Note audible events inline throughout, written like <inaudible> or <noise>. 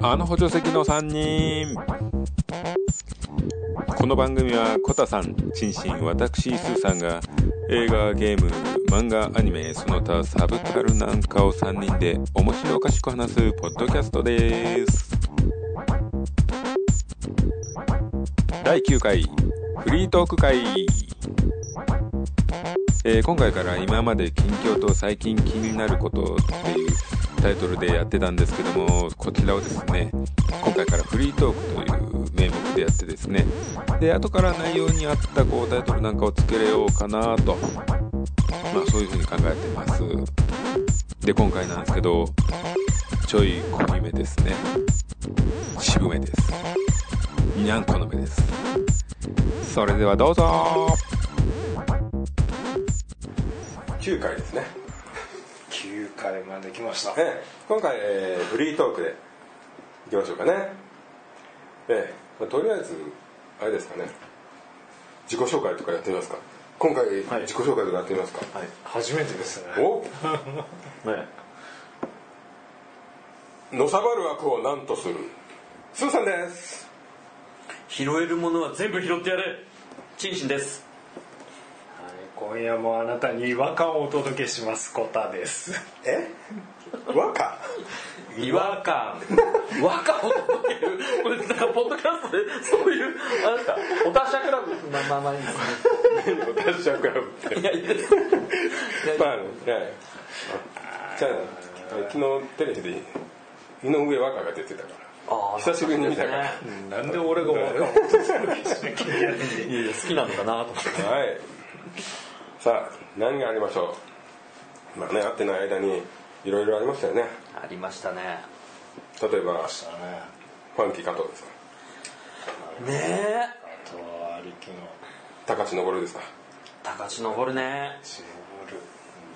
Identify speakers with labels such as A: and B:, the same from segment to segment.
A: あの補助席の3人この番組はコタさん、チンシン、私、スーさんが映画、ゲーム、漫画、アニメ、その他サブカルなんかを3人で面白おかしく話すポッドキャストです第9回フリートーク会えー今回から今まで近況と最近気になることっていうタイトルでやってたんですけどもこちらをですね今回からフリートークという名目でやってですねで後から内容に合ったこうタイトルなんかをつけようかなとまあそういうふうに考えてますで今回なんですけどちょい濃いめですね渋めですにゃんこの目ですそれではどうぞ9回ですね
B: 9回まで来ました
A: ええ今回、えーフリートークでいきましょうかねええまあとりあえずあれですかね自己紹介とかやってみますか今回、
B: い
A: 自己紹介とかやってみますか
B: はい初めてですね
A: お
B: ね
A: のさばる悪を何とするスーさんです
C: 拾えるものは全部拾ってやれチンチンです
B: はい今夜もあなたに違和感をお届けしますコタです
A: え和歌
C: 違和 <laughs> 感和歌を届けるこれなんかポッドキャストでそういうあれですかおたしゃクラブまあまあまあいいで
A: 私
C: す
A: はクラブって
C: ねいやいいです
A: <laughs> まああのはいじゃあ昨日テレビで井上和歌が出てたから
C: あ
A: 久しぶりに見たから、
B: なんで俺が和歌をお届けしなきゃいけない
C: ぶり好きなのかなと思って
A: はい。さあ、何がありましょう。まあね、会ってない間に、いろいろありましたよね。
C: ありましたね
A: 例えば、
B: だね
A: ファンキー加藤ですか。
C: ねえ
B: あとはありきの
A: 高橋昇ですか。
C: 高知登るね
B: シー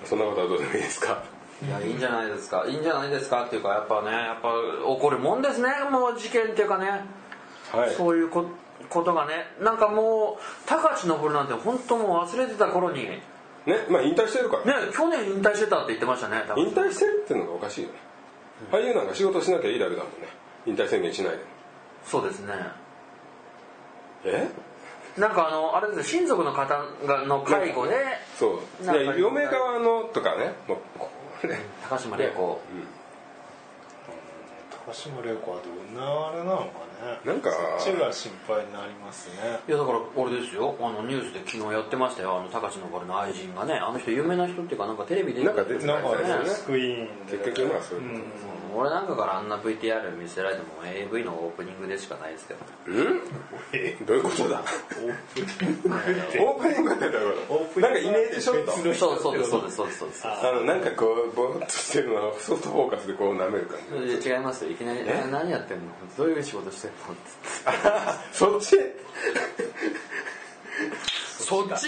B: ル
A: そんなことはどうでもいいですか。
C: いやいいんじゃないですかいいんじゃないですかっていうかやっぱねやっぱ怒るもんですねもう事件っていうかね
A: はい。
C: そういうこことがねなんかもう高知登るなんて本当もう忘れてた頃にね
A: ね、まあ引退してるから。
C: 去年引退してたって言ってましたね多分
A: 引退してるっていうのがおかしいよね。俳優なんか仕事しなきゃいいだけだもんね。引退宣言しないで。
C: そうですね
A: え
C: なんかあのあれですよ親族の方がの介護で
A: そう。い
C: なんか
A: や、嫁側のとかね、もう、これ。
C: 高島玲子
B: 高島玲子はどんなあれなのかね
A: なんか
B: そっちが心配になりますね
C: いやだから俺ですよあのニュースで昨日やってましたよあの高島のの愛人がねあの人有名な人っていうかなんかテレビで
A: なんか出て
B: なんか
A: そう
B: ね
A: ですね
B: スクイーンで
A: 結局今はそういうこ
C: うん俺なんかからあんな VTR 見せられても AV のオープニングでしかないですけどね
A: と。うん
B: え
A: どういうことだオープニングってどういうことなんかイメージショット。
C: そうそうですそうですそうですそうです
A: あのなんかこうぼーっとしてるのはソフトフォーカスでこう舐める感じ <laughs>
C: いや違いますよいきなりえ「何やってんのどういう仕事してんの?」って
A: あそっち
C: そっち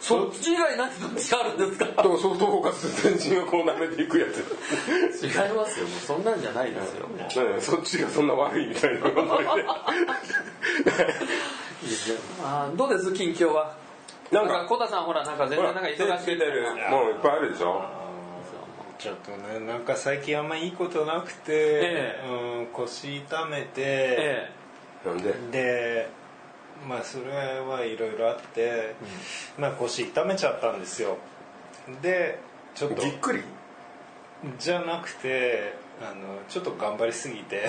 C: そっち以外何どっちあるんですか
A: とソフトフォーカスで全身をこう舐めていくやつ
C: 違いますよもうそんなんじゃないですよ
A: なんかそっちがそんな悪いみたいなこと言って
C: あーどうです近況は
A: な
C: なんん
A: か
C: かコタさんほらなんか全
A: ほ
C: 然
A: ら
C: なんか
A: 手
C: 忙
A: つ
C: し
A: け
C: い
A: てるもういっぱいあるでしょ
B: ちょっとねなんか最近あんまいいことなくて、
C: え
B: うん、腰痛めて、
C: え
A: なんで
B: でまあそれはいろいろあって、まあ腰痛めちゃったんですよでちょっと
A: ぎっくり
B: じゃなくてあのちょっと頑張りすぎて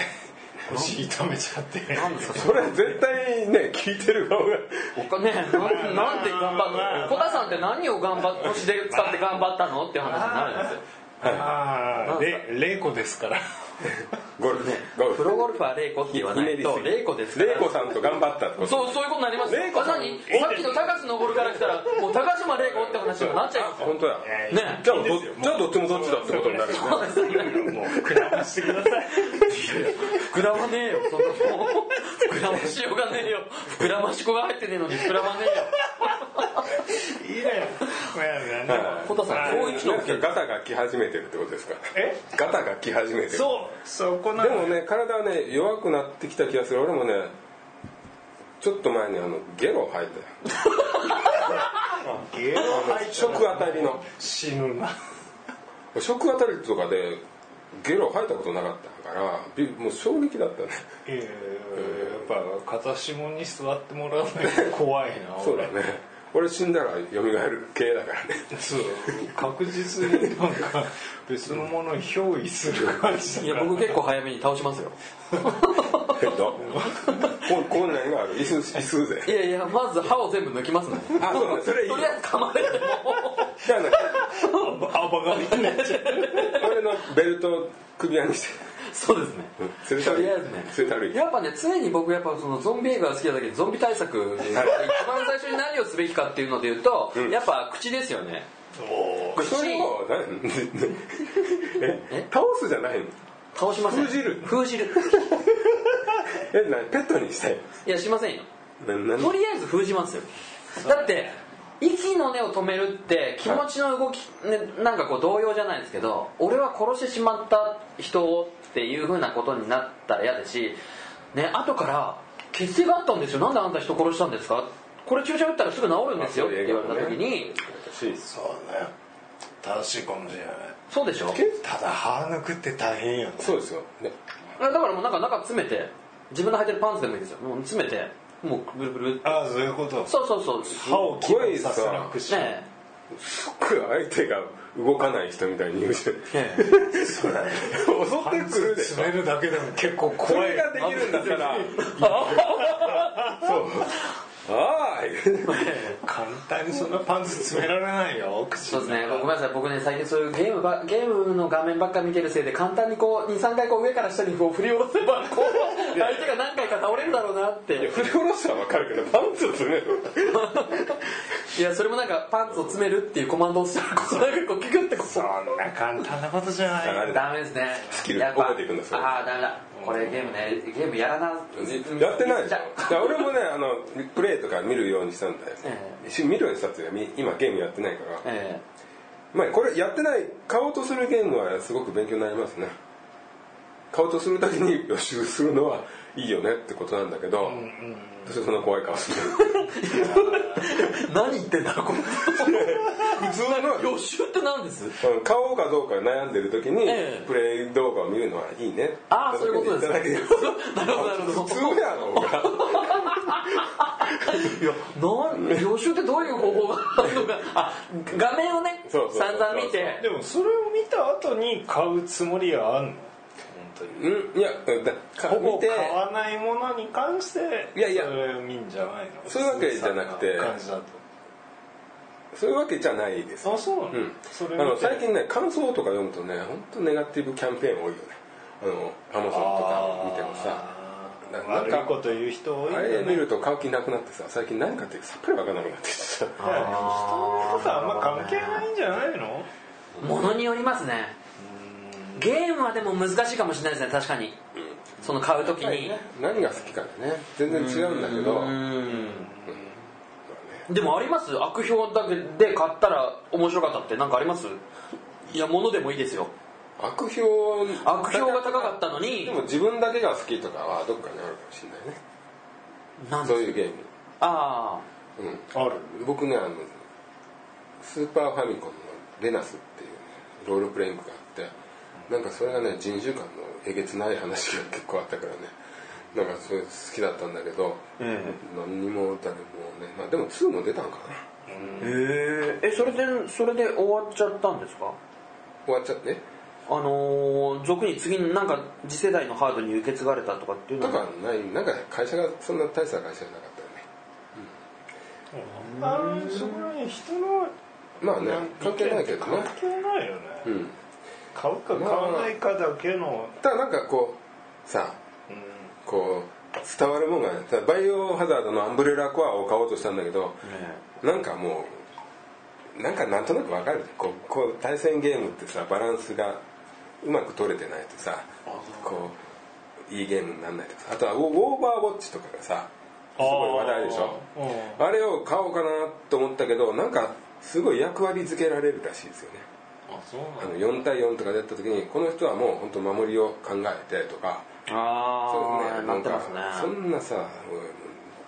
B: 腰痛めちゃって
C: えなんですかそ
A: それ絶対ね聞いてる側が
C: れおかねえなんなんて頑張ったのコタさんって何を頑張っ腰で使って頑張ったのっていう話になるんですよ
B: ああ
C: なんす
B: 玲子です
C: <laughs>
B: から
A: ゴルフゴル
C: プ
A: フ
C: ロゴルファーレイコって言わないとレイコですから
A: 玲子さんと頑張ったってこと
C: そうそういうことになりますよ
A: レイコ
C: ま
A: さん
C: さにさっきの高橋登から来たらもう高島レイコって話になっちゃいますよ
A: 本当だ
B: ね
C: ね
A: じゃあどじゃあどっちもどっちだってことになるよね
C: そうですね
B: もう膨らましてください
C: 膨らまねえよそんなもん膨らましようがねえよ膨らまし子が入ってねえのに膨らまねえよ
B: いいねまあなんでも
C: コタさん今日一の
A: なんかガタが来始めてるってことですか
B: え
A: ガタが来始めてる
B: そうそこな
A: で
B: の
A: もね体はね弱くなってきた気がする俺もねちょっと前にあのゲロ吐いたよ
B: ゲーム
A: 食あたりの
B: 死ぬな
D: 食あたりとかでゲロ吐いたことなかったからびもう衝撃だったね
B: いやいやいややっぱ片下に座ってもらわないと怖いな
D: そうだね俺死んだら蘇る系だからね
B: 俺そう確実になんか別のものに憑依する感じだ
C: い
B: か
C: や
B: ら
C: 僕結構早めに倒しますよ
D: えっと <laughs> ここんなんがある椅子椅子
C: い
D: ぜ
C: やいやまず歯を全部抜きますね
D: あそうだそれいいよ
C: とりあえず噛まれても
D: じゃあね
B: あばがみになっちゃう
D: 俺のベルトを首輪にして
C: <laughs> そうですね
D: 連れ
C: と
D: たる
C: り
D: い
C: あえずね
D: 連れたるい
C: やっぱね常に僕やっぱそのゾンビ映画が好きなだけでゾンビ対策で一番最初に何をすべきかっていうので言うと、
D: ん
C: やっぱ口ですよね
B: おー
C: 口
D: それを何え倒すじゃないの
C: 倒しません
D: 封じる
C: 封じる
D: えなペットにして
C: いやしませんよ
D: なな
C: とりあえず封じますよだって息の根を止めるって気持ちの動き、ね、なんかこう動揺じゃないですけど俺は殺してしまった人をっていうふうなことになったら嫌だし、ね、後から血清があったんですよなんであんた人殺したんですかこれ注射打ったらすぐ治るんですよって言われた時に
D: し
B: そうね正しいかもしれない
C: そうでしょ
B: ただ歯抜くって大変よね
D: そうですよね
C: だからもうなんか中詰めて自分の履いてるパンツでもいいですよもう詰めてもうブルブル
B: ああそういうこと
C: そうそうそう
B: 歯を切りさせなくし
C: <laughs> ね
D: すっごい相手が動かない人みたいに言うし襲
C: えね
B: そうだね
D: ってくるでしょ
B: 詰めるだけでも結構
D: こ
B: 怖い
D: れができるんだったらそうああ
B: 簡単にそんなパンツ詰められないよ口
C: そう
B: の
C: です
B: 中
C: ね、ごめんなさい、僕ね、最近そういうゲームば、ゲームの画面ばっか見てるせいで、簡単にこう、2、3回こう上から下にこう振り下ろせば、こう、相手が何回か倒れるだろうなって。
D: 振り下ろしたらわかるけどパンツを詰める
C: いや、それもなんか、パンツを詰めるっていうコマンドを押したら、こうなんかこう、キュキュってこ
B: そんな簡単なことじゃない
D: あ
B: よ
D: れ
C: う。ダメですね。ス
D: キル覚えていくんだそれ
C: ああ、ダメだ。これゲームね、ゲームやらな。
D: やってないでし
C: じ
D: ょ
C: ゃ
D: だから俺もねあのプレイとか見るようにしたんだよ、
C: え
D: し見るようにしたっていうかみ今ゲームやってないから、
C: え
D: まあ、これやってない買おうとするゲームはすごく勉強になりますね買おうとする時に予習するのはいいよねってことなんだけど、どうしてそんな怖い顔する <laughs>
C: え何言ってんだろう、これ。
D: 普通の
C: 予習って何です <laughs>
D: うん買おうかどうか悩んでる時に、
C: ええ
D: プレイ動画を見るのはいいね
C: ああ、そういうことですね
D: だけで。
C: なるほど、なるほど。
D: 普通やろうが
C: いや、なん、予習ってどういう方法があるのか。 <laughs> あ、画面をね、
D: そうそうそう
C: 散々見て。
B: でもそれを見た後に買うつもりはあんの本当に
D: うんいやだか
B: ほぼ
D: 見て
B: 買わないものに関して
D: いやいや
B: それを見んじゃないの
D: そういうわけじゃなくて
B: 感じだ
D: そういうわけじゃないです
B: とあそうなの、
D: うん
B: それ
D: あの
B: 見て
D: 最近ね感想とか読むとね本当ネガティブキャンペーン多いよねあのアマゾンとか見てもさ
B: あー
D: なんか
B: 悪いこと言う人多いん
D: あ
B: だね
D: れ見ると買う気なくなってさ最近何買ってるかさっぱりわからなくなってきてさ
B: だから人のことあんま関係ないんじゃないの
C: ものによりますね。ゲームはでも難しいかもしれないですね、確かに。その買うときに。
D: 何が好きかでね全然違うんだけど
C: でもあります悪評だけで買ったら面白かったってなんかありますいや、ものでもいいですよ。
D: 悪評
C: 悪評が高かったのに
D: で、も自分だけが好きとかはどっかにあるかもしれないね
C: なん
D: そう
C: で
D: いうゲーム
C: あ
D: うん
B: ある
D: 僕ねあのスーパーファミコンのレナスっていう、ね、ロールプレイングがあってなんかそれがね人獣間のえげつない話が結構あったからねなんかそれ好きだったんだけど、何にも誰もね、まあ、でも2も出たんかな
C: あ。へえ、それで、それで終わっちゃったんですか
D: 終わっちゃって
C: あのー、俗に次になんか次世代のハードに受け継がれたとかっていう
D: だ
C: の
D: か
C: は
D: らないなんか会社がそんな大した会社じゃなかったよね
B: あのそこに人の
D: まあね関係ないけどね
B: 関係ないよね、
D: うん
B: 買うか買わないかだけの、
D: ただなんかこうさこう伝わるもんがねただバイオハザードのアンブレラコアを買おうとしたんだけど、
C: ね
D: なんかもうなんかなんとなくわかるこうこう対戦ゲームってさバランスがうまく取れてないとさこういいゲームにならないとかあとはウォウォーバーウォッチとかがさすごい話題でしょ
B: うん
D: あれを買おうかなと思ったけどなんかすごい役割付けられるらしいですよね
B: あそう
D: あの4対4とかでやった時にこの人はもう本当守りを考えてとか
C: ああ、
D: ね
C: な
D: な
C: っ
D: ん
C: て
D: か
C: ます
D: そ
C: ね
D: んなさもう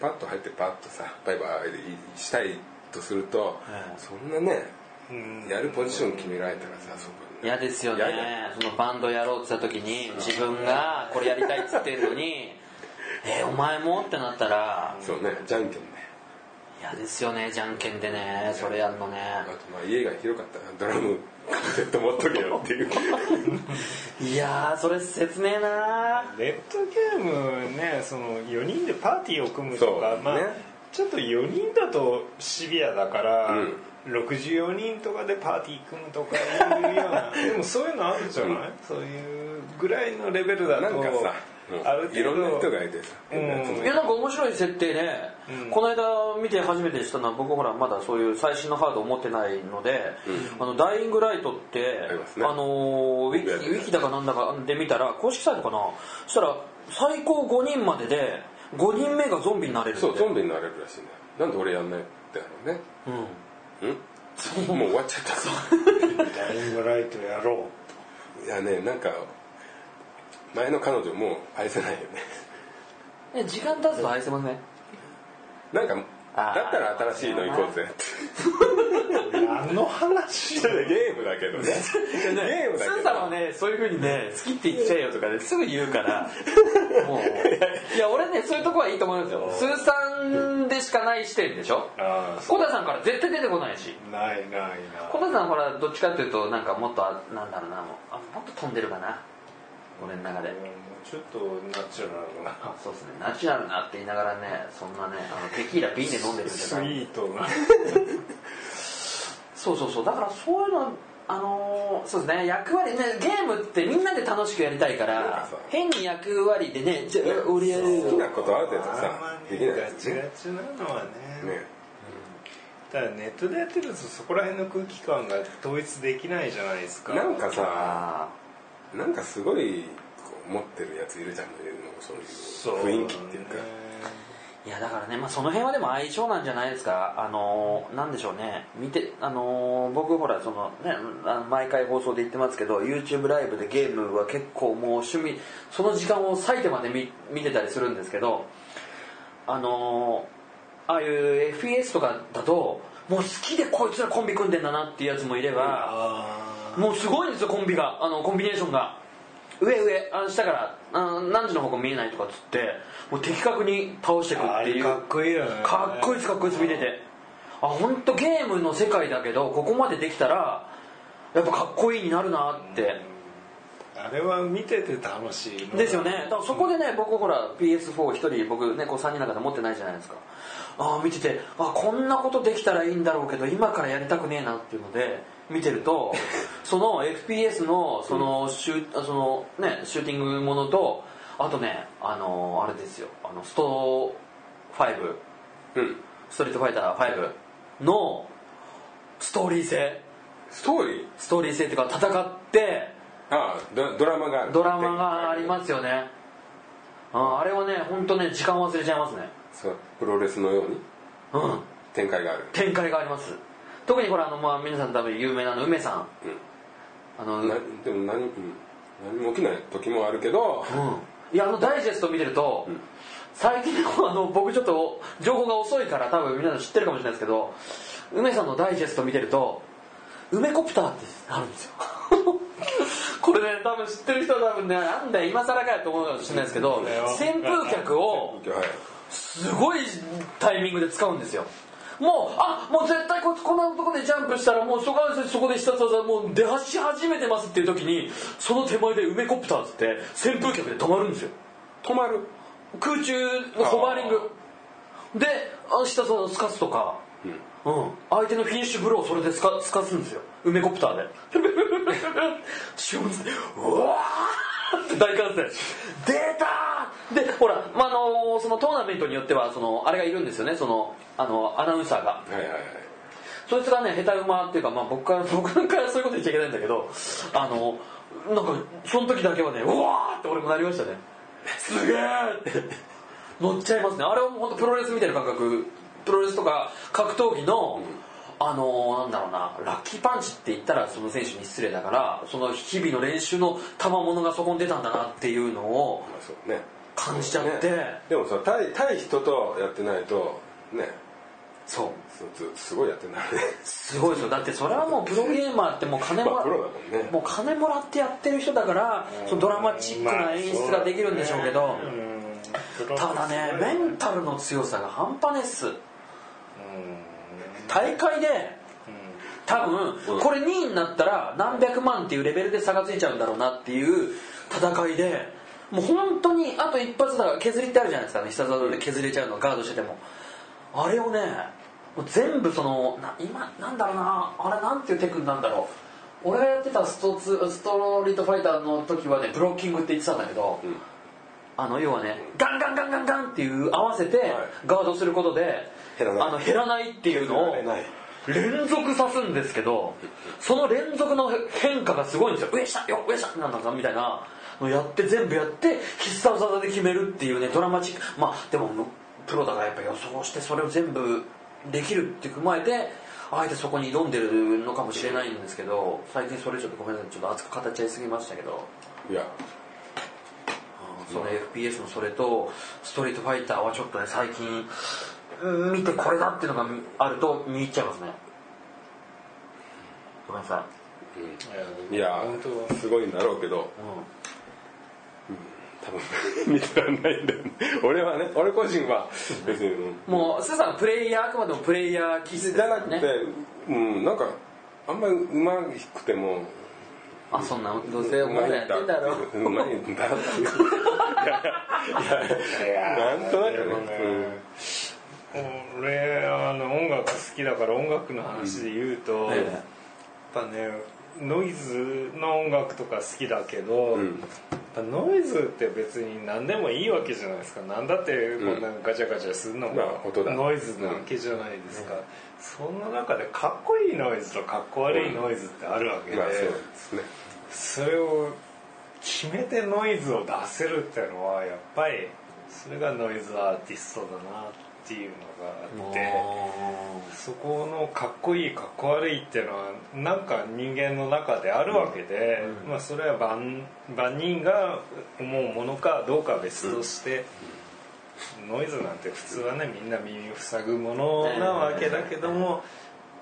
D: パッと入ってパッとさバイバイでいいしたいとすると、
C: ええ
D: そんなね
B: うん
D: やるポジション決められたらさそこに
C: 嫌ですよね
D: 嫌だ
C: そのバンドやろうって言った時に自分がこれやりたいっつってんの
D: <laughs>
C: に「えお前も?」ってなったら
D: そうねじゃんけんね
C: 嫌ですよねじゃんけんでねそれやんのね
D: あとまあ家が広かったらドラムカセット持っとけよっていう
C: <laughs> いやーそれ切ねえな
B: ネットゲームねその4人でパーティーを組むとか、
D: そう
B: まあ
D: ね
B: ちょっと4人だとシビアだから、
D: うん
B: 64人とかでパーティー組むとかいうよう
D: <laughs>
B: なでもそういうのあるじゃない、そういうぐらいのレベルだ
D: な
B: と
D: んかさ
B: あ
D: も
B: る程
D: う
B: 度
D: いろんな人がいてさ
B: うん
C: いやなんか面白い設定で、
B: うん
C: この間見て初めて知ったのは僕ほらまだそういう最新のハードを持ってないので「あのダイイングライト」って
D: ありますね
C: あのーウィ
D: 僕
C: キ
D: やって
C: ウィキだかなんだかで見たら公式サイトかなそしたら最高5人までで5人目がゾンビになれるって
D: そうゾンビになれるらしいんだよなんで俺やんないってあのね
C: うん
D: うんもう終わっちゃったぞ <laughs>
B: ダイイングライトやろ
D: いやねなんか前の彼女もう愛せないよね
C: え時間経つと愛せません
D: なんか
C: あー
D: だったら新しいの行こ
C: <laughs>
D: うぜって
B: う
D: <laughs>
B: 何の話だよ
D: ゲームだけどねゲームだ
C: ス
D: け
C: ーさん
D: ど
C: はねそういうふうにね好きって言っちゃえよとかねすぐ言うから
D: <laughs>
C: もういや俺ねそういうとこはいいと思いますよスーさんでしかない視点でしょ
B: ああそ
C: 小田さんから絶対出てこないし
B: うないないない
C: 小田さんほらどっちかっていうとなんかもっとあなんだろうなもうあもっと飛んでるかな俺の中で
B: うんちょっとナチュラルな
C: そうですねナチュラルなって言いながらねそんなねあのテキーラ瓶で飲んでるんじ
B: ス
C: ゃ
B: イ
C: ない
B: ートな
C: そうそうそうだからそういうのあのーそうですね役割ねゲームってみんなで楽しくやりたいか
D: なんからさ
C: 変に役割でねじゃあ俺やるよ
D: 好きなことある程度さ
B: あんま
D: で
B: り
D: き
B: ね
D: ない
B: ガ
D: やつ
B: チ
D: ね
B: ガチなのはね
D: ね
B: ただネットでやってるとそこら辺の空気感が統一できないじゃないですか
D: なんかさ
C: あ
D: なんかすごいこう持ってるやついるじゃんそう
B: そう
D: いう雰囲気っていうか
B: ね
C: ーいやだからね、まあ、その辺はでも相性なんじゃないですかあのーなんでしょうね見てあのー僕ほらそのねあの毎回放送で言ってますけど YouTube ライブでゲームは結構もう趣味その時間を割いてまで見見てたりするんですけどあのーああいう FES とかだともう好きでこいつらコンビ組んでんだなっていうやつもいれば、
B: あ
C: もうすごいんですよコンビがあのコンビネーションが上上あの下からあの何時の方向見えないとかっつってもう的確に倒していく
B: ああ
C: ってい
B: れ
C: う
B: かっこいいよね
C: かっこいいですかっこいいです見ててあ本当ゲームの世界だけどここまでできたらやっぱかっこいいになるなって
B: あれは見てて楽しいの
C: ですよねだからそこでね僕ほら PS4 一人僕ねこう3人の中で持ってないじゃないですかああ見ててあこんなことできたらいいんだろうけど今からやりたくねえなっていうので見てるとその FPS のそのシュ,、あそのね、シューティングものとあとねあのーあれですよあのスト5
D: うん
C: ストリートファイター5のストーリー性
D: ストーリー
C: ストーリー性っていうか戦って
D: ああドドラマがある
C: ドラマがありますよねああれはね本当ね時間忘れちゃいますね
D: そうプロレスのように
C: うん
D: 展開がある
C: 展開があります特にこれあの、まあ、皆さん多分有名なあの梅さん、
D: うん
C: あの
D: なでも何,、うん、何も起きない時もあるけ
C: <laughs>
D: ど
C: うん、いやあのダイジェスト見てると、最近のあの僕ちょっと情報が遅いから多分皆さん知ってるかもしれないですけど梅さんのダイジェスト見てると梅コプターってあるんですよ <laughs> これね多分知ってる人は多分ねなんだよ今更かよと思うかもしれないですけど扇風客を
D: はい
C: すごいタイミングで使うんですよもうあもう絶対こいつこんなとこでジャンプしたらもうそこはそこで必殺技もう出走し始めてますっていう時にその手前で梅コプターっつって扇風客で止まるんですよ
D: 止まる
C: 空中のホバーリングであ必殺技をすかすとか、うん相手のフィニッシュブローをそれでつかすかすんですよ梅コプターで <laughs> 瞬間でうわーって大歓声出たーでほら、まああのそのトーナメントによってはそのあれがいるんですよねそのあのアナウンサーが
D: はいはいはい
C: そいつがね下手馬っていうか、まあ、僕から <laughs> 僕からそういうこと言っちゃいけないんだけどあのなんかその時だけはねうわーって俺もなりましたねすげえって乗っちゃいますねあれはもう本当プロレスみたいな感覚プロレスとか格闘技の、あのなんだろうなラッキーパンチって言ったらその選手に失礼だからその日々の練習の賜物がそこに出たんだなっていうのを
D: まあそうね
C: 感じちゃって、
D: ねでもさ対対人とやってないとね
C: そう
D: そうすすごいやってんだ
C: <laughs>
D: ね
C: すごいですよだってそれはもうプロゲーマーってもう金も
D: ま
C: ら
D: あプロだもんね
C: もう金もらってやってる人だからそのドラマチックな演出ができるんでしょうけど、ただねメンタルの強さが半端ねっす大会で多分これ2位になったら何百万っていうレベルで差がついちゃうんだろうなっていう戦いでもう本当にあと一発だから削りってあるじゃないですか必殺技で削れちゃうのガードしててもあれをねもう全部そのな今なんだろうなあれなんていうテクなんだろう俺がやってたストツストリートファイターの時はねブロッキングって言ってたんだけど、あの要はねガンガンガンガンガンっていう合わせてガードすることで、
D: 減らない
C: あの減らないっていうのを
D: 減らない
C: 連続刺すんですけどその連続の変化がすごいんですよ上下よ上下なんだかみたいなのやって全部やって必殺技で決めるっていうねドラマチックまあでもプロだからやっぱ予想してそれを全部できるって踏まえてあえてそこに挑んでるのかもしれないんですけど最近それちょっとごめんなさいちょっと熱く語っちゃいすぎましたけど
D: いや
C: その FPS のそれとストリートファイターはちょっとね最近うん見てこれだっていうのがみあると見入っちゃいますねごめんなさ
D: いや
B: 本当
D: すごいんだろうけど
C: い、うん
D: 多分 <laughs> 見てらんないんだよね俺はね俺個人は別にうん
C: もうスーさんプレイヤーあくまでもプレイヤー気質
D: じゃなくて、うんなんかあんまりうまくても
C: あそんなどうせ
D: う
C: お前
D: まい
C: らやっ
D: んだ
C: てんだろ
D: うまいんだっていういや
C: <laughs>
D: いやなんとなくね、うん
B: 俺あの音楽好きだから音楽の話で言うと、やっ
C: え
B: ぱねノイズの音楽とか好きだけど、
D: ん
B: やっぱノイズって別に何でもいいわけじゃないですか何だってこんなガチャガチャするのも
D: まあ音だ
B: ノイズなわけじゃないですか、そんな中でかっこいいノイズとかっこ悪いノイズってあるわけで、
D: まあそうですね
B: それを決めてノイズを出せるってのはやっぱりそれがノイズアーティストだなっていう
C: え
B: のがあってそこのかっこいいかっこ悪いっていうのはなんか人間の中であるわけで、まあ、それは万万人が思うものかどうかは別として。ノイズなんて普通はねみんな耳を塞ぐものなわけだけども、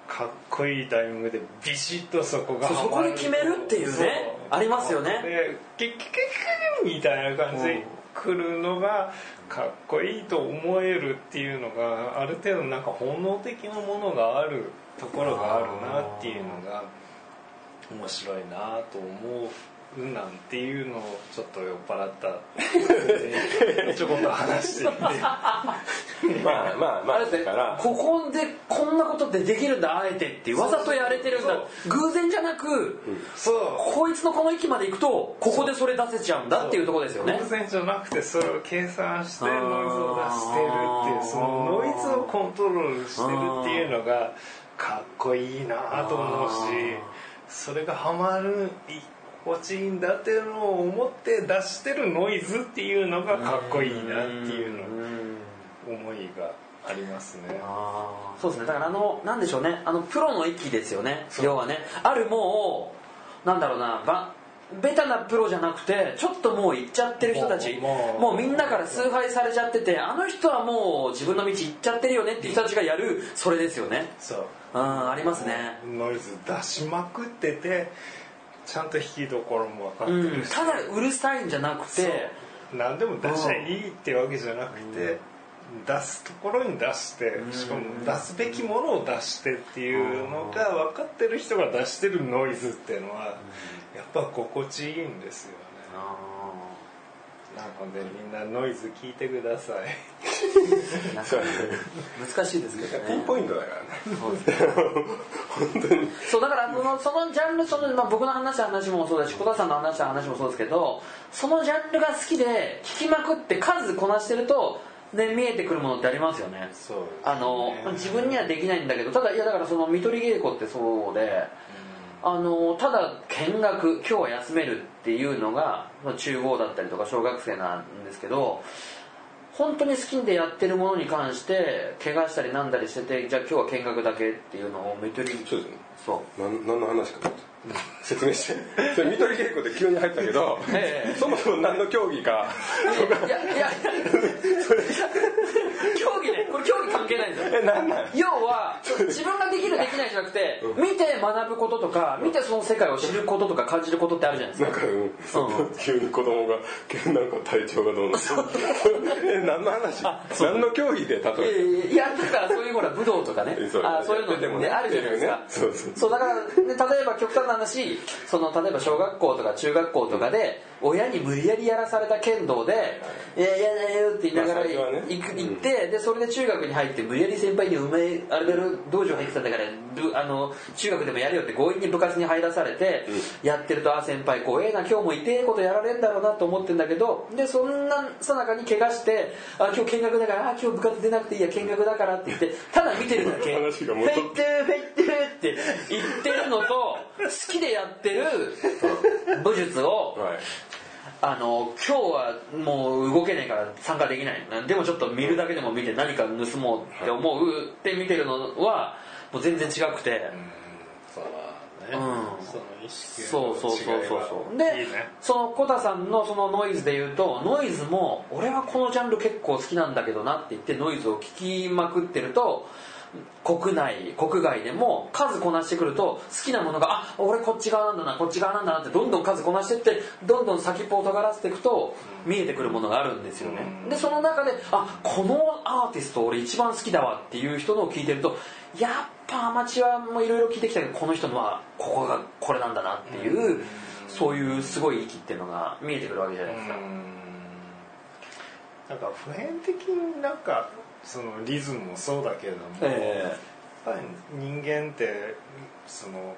B: かっこいいタイミングでビシッとそこが
C: そうそこで決めるっていうね
B: そう
C: ありますよね
B: でキュッキュッキュッキュッみたいな感じで来るのがかっこいいと思えるっていうのがある程度なんか本能的なものがあるところがあるなっていうのが面白いなと思う。なんていうのをちょっと酔っ払ったちょこっと話してみて
D: まあまあま
C: あ
D: あ
C: れって
D: だから
C: ここでこんなことでできるんだあえてっていうわざとやれてるんだ偶然じゃなく
B: そう
C: こいつのこの域まで行くとここでそれ出せちゃうんだっていうところですよね
B: 偶然じゃなくてそれを計算してノ
C: あ
B: イ
C: ー
B: ズを出してるっていうそのノイズをコントロールしてるっていうのがかっこいいなと思うしそれがハマる居心地いいんだっていうのを思って出してるノイズっていうのがかっこいいなっていうの思いがありますね。
C: あーそうですねだからあのなんでしょうねあのプロの域ですよね要はねあるもうなんだろうなばベタなプロじゃなくてちょっともう行っちゃってる人たち
B: もう
C: もうみんなから崇拝されちゃっててあの人はもう自分の道行っちゃってるよねっていう人たちがやるそれですよね
B: そう
C: うんありますね
B: ノイズ出しまくっててちゃんと弾きどころも分かって
C: うん
B: るし、
C: ただうるさいんじゃなくて
B: 何でも出しゃいいってわけじゃなくて、出すところに出して、しかも出すべきものを出してっていうのが分かってる人が出してるノイズっていうのは、やっぱ心地いいんですよね
C: あ
B: なのでみんなノイズ聞いてください
C: ーなんか難しいですけどね
D: ピンポイントだからね
C: そうだからそのそのジャンルその、まあ、僕の話した話もそうだし小田さんの話した話もそうですけどそのジャンルが好きで聞きまくって数こなしてると、ね、見えてくるものってありますよね
B: そうですね
C: あの自分にはできないんだけどただいやだからその見取り稽古ってそうで、あのただ見学今日は休めるっていうのがまあ中央だったりとか小学生なんですけど本当に好きでやってるものに関して怪我したりなんだりしててじゃあ今日は見学だけっていうのを見取り
D: そうですね
C: そう
D: なん何の話かと思って説明してそれ見取り稽古で急に入ったけど、
C: ええ
D: そもそも何の競技か
C: いやいやいや競技ねこれ競技関係ないんですよ
D: えなんなん
C: 要は自分ができるできないじゃなくて見て学ぶこととか見てその世界を知ることとか感じることってあるじゃないです
D: な
C: か
D: んか、うん、急に子供が急になんか体調がどうの <laughs> え何の話何の競技で例
C: いや
D: え
C: いやいやだからそういうほら武道とかね
D: そう
C: あそういうのってね
D: や
C: あ
D: っ
C: る
D: て
C: じ
D: て
C: ゃ
D: も
C: な
D: ね
C: いですか
D: そうそう
C: そうだから、ね、例えば極端な話その例えば小学校とか中学校とかで親に無理やりやらされた剣道で「いやいやだよ」って言いながら
D: まあ最初はね
C: 行く行ってでそれで中学に入って無理やり先輩に「お前あれだろ道場入ってたんだからぶあの中学でもやれよ」って強引に部活に入らされてやってると「あ先輩怖えな今日も痛えことやられんだろうな」と思ってんだけどでそんなさなかに怪我して「あ今日見学だからあ今日部活出なくていいや見学だから」って言ってただ見てるだけ「フェイ
D: 話
C: ト
D: が
C: ゥ
D: 戻って
C: ーフェイトゥー」って言ってるのと好きでやってる武術を
D: はい
C: あの今日はもう動けないから参加できないでもちょっと見るだけでも見て何か盗もうって思うって見てるのはもう全然違くて、
B: そうだね、
C: うん
B: その意識
C: そうそうそうそうそうで
B: いいね
C: そのコタさんのそのノイズで言うとノイズも俺はこのジャンル結構好きなんだけどなって言ってノイズを聞きまくってると国内国外でも数こなしてくると好きなものがあ俺こっち側なんだなこっち側なんだなってどんどん数こなしてってどんどん先っぽを尖らせていくと見えてくるものがあるんですよねでその中であこのアーティスト俺一番好きだわっていう人のを聞いてるとやっぱアマチュアもいろいろ聞いてきたけどこの人のはここがこれなんだなっていうそういうすごい域っていうのが見えてくるわけじゃないですか、
B: なんか普遍的になんかそのリズムもそうだけれども、
C: え
B: やっぱり人間ってその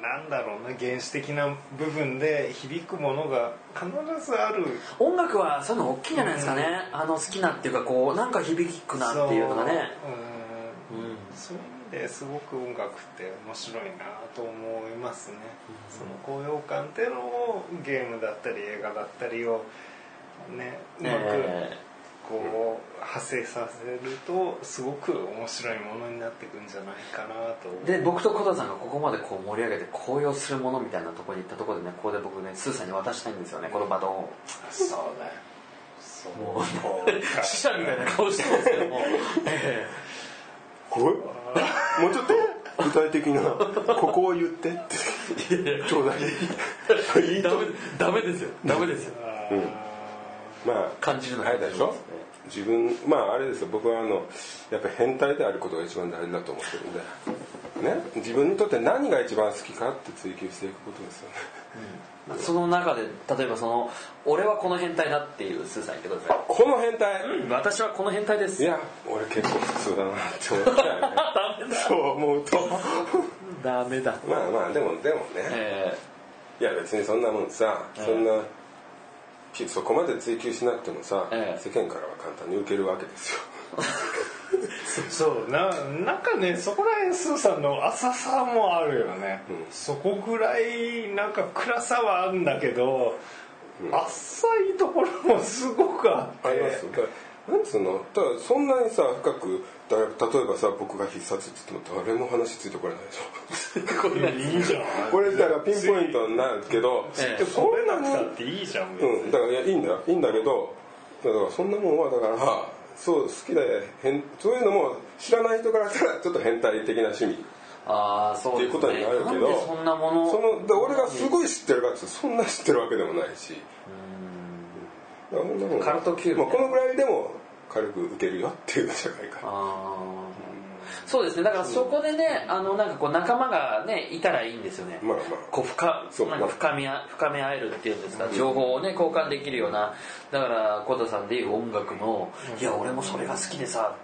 B: なんだろうな原始的な部分で響くものが必ずある
C: え音楽はそういうの大きいんじゃないですかね、あの好きなっていうかこうなんか響くなっていうのがね
B: そううんそういう意味ですごく音楽って面白いなと思いますね、その高揚感っていうのをゲームだったり映画だったりをねうまく、
C: え
B: こう派生させるとすごく面白いものになってくんじゃないかなと
C: えで僕と小田さんがここまでこう盛り上げて高揚するものみたいなところに行ったところでねここで僕ねスーさんに渡したいんですよねこのバトンを
B: そうだよそう
C: もう
B: か
C: 死者みたいな顔してますけども、え
D: これもうちょっと具体的なここを言ってってちょうだい
C: えダメ <laughs> ダメですよダメですよ
B: あ
D: うんまあ
C: 感じるの
D: あれでしょ自分まああれですよ僕はあのやっぱ変態であることが一番大事だと思ってるんでね自分にとって何が一番好きかって追求していくことですよね <laughs>
C: その中で例えばその俺はこの変態だっていうスーさん言ってください
D: この変態
C: 私はこの変態です
D: いや俺結構普通だなって思
C: <laughs>
D: ったよねそう思うと
C: ダメだ
D: まあまあでもでもね
C: え
D: いや別にそんなもんさそんなきそこまで追求しなくてもさ
C: ええ
D: 世間からは簡単に受けるわけですよ
B: そうななんかねそこら辺スーさんの浅さもあるよね、
D: ん
B: そこぐらいなんか暗さはあるんだけど、浅いところもすごくあって
D: ありますよだからなんつうのだからそんなにさ深くだ例えばさ僕が必殺って言っても誰も話ついてこれないでし
B: いいじゃん
D: ょ <laughs> これだからピンポイントになるけど、
C: ええ
D: でそんなに
B: だっていいじゃん別に、
D: うんだからいやいいんだよいいんだけどだからそんなもんはだからそう好きで変そういうのも知らない人からしたらちょっと変態的な趣味
C: ああそう
D: っていうことになるけど
C: なんでそんなもの
D: そので俺がすごい知ってるかって言うとそんな知ってるわけでもないしだからそんなもん
C: カルト級みたい
D: ま
C: な
D: あ、このぐらいでも軽く受けるよっていう社会か
C: あーそうですねだからそこでねあのなんかこう仲間がねいたらいいんですよね、
D: まあまあ
C: こう深
D: そう
C: なんか深みあ深め合えるっていうんですか情報をね交換できるようなだからコタさんでいう音楽の「いや俺もそれが好きでさ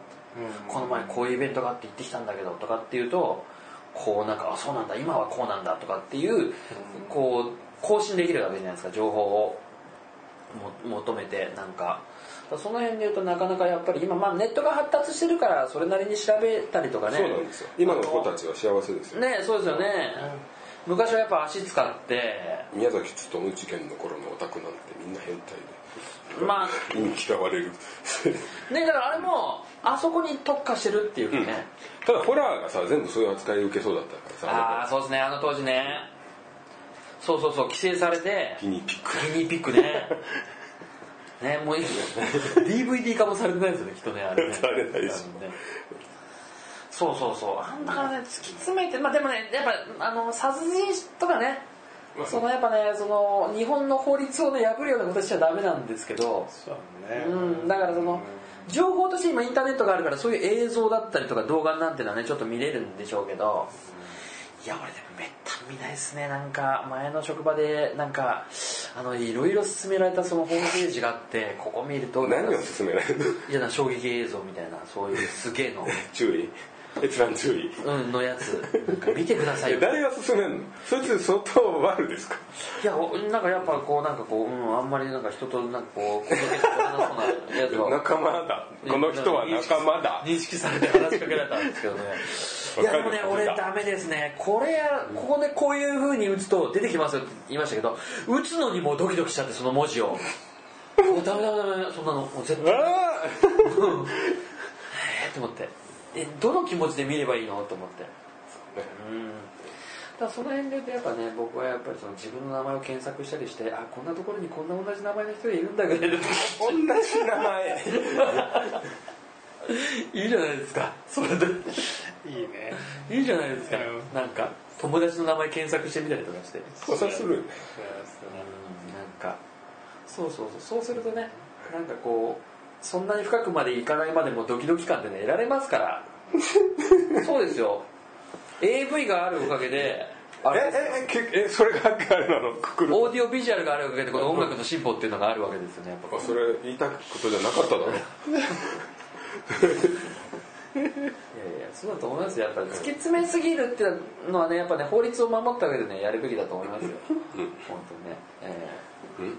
C: この前こういうイベントがあって行ってきたんだけど」とかっていうとこうなんか「あそうなんだ今はこうなんだ」とかっていうこう更新できるわけじゃないですか情報をも求めてなんか。その辺で言うとなかなかやっぱり今まあネットが発達してるからそれなりに調べたりとかね
D: そうなんですよ今の子たちは幸せですよ
C: ねそうですよね、昔はやっぱ足使って
D: 宮崎努事件の頃のオタクなんてみんな変態
C: ま
D: で意味嫌われ
C: <laughs>
D: る
C: あねだからあれもあそこに特化してるっていうかね、
D: ただホラーがさ全部そういう扱い受けそうだったからさ
C: ああそうですねあの当時ねそうそうそう規制されて
D: ギニーピック <laughs>
C: ギニーピックねねもういい DVD 化もされてないですよねきっとねあれね
D: されないし
C: 多分ねそうそうそうあんだからね突き詰めてまあでもねやっぱあの殺人とかねそのやっぱねその日本の法律をね破るようなことしちゃダメなんですけど
B: そうだ <laughs> ね
C: うん、だからその情報として今インターネットがあるからそういう映像だったりとか動画なんてのはねちょっと見れるんでしょうけどいや俺でもめったに見ないですねなんか前の職場でなんかあのいろいろ勧められたそのホームページがあってここ見るとなん
D: 何
C: か
D: を勧められるの
C: いやな衝撃映像みたいなそういうすげえ
D: <laughs>
C: の、
D: 注意閲覧注意
C: うん、のやつなんか見てください
D: え
C: よ
D: 誰が勧めんのそいつ相当悪ですか
C: いやおなんかやっぱこうなんかこう、うん、あんまりなんか人となんかこうこの結構なそうなやつは
D: 仲間だこの人は仲間だ
C: 認識されて話しかけられたんですけどねいやでもね俺ダメですねこれやここでこういう風に打つと出てきますよって言いましたけど打つのにもうドキドキしちゃってその文字を <laughs> もうダメダメダメそんなのもう絶対
D: あ
C: えーと思ってえどの気持ちで見ればいいのと思ってうんだからその辺でやっぱね僕はやっぱりその自分の名前を検索したりしてあこんなところにこんな同じ名前の人がいるんだぐらいで
D: ー同じ名前
C: いいじゃないですかそれ
B: いい
C: で
B: ね
C: いいじゃないですか、
B: うん
C: なんか友達の名前検索してみたりとかしてうん
D: お察するよね
C: なんかそうそうそうそうするとねなんかこうそんなに深くまでいかないまでもドキドキ感ってね得られますから
B: <laughs>
C: そうですよ AV があるおかげであ
D: え
C: れ
D: ええけえそれがあれなのくくる
C: オーディオビジュアルがあるおかげでこの音楽の進歩っていうのがあるわけですよねやっぱ
D: あそれ言いたいことじゃなかっただろ
C: いやいやそうだと思いますよやっぱり突き詰めすぎるっていうのはねやっぱね法律を守った上でねやるべきだと思
B: <laughs>
C: いますよ本当にねえ
D: うん例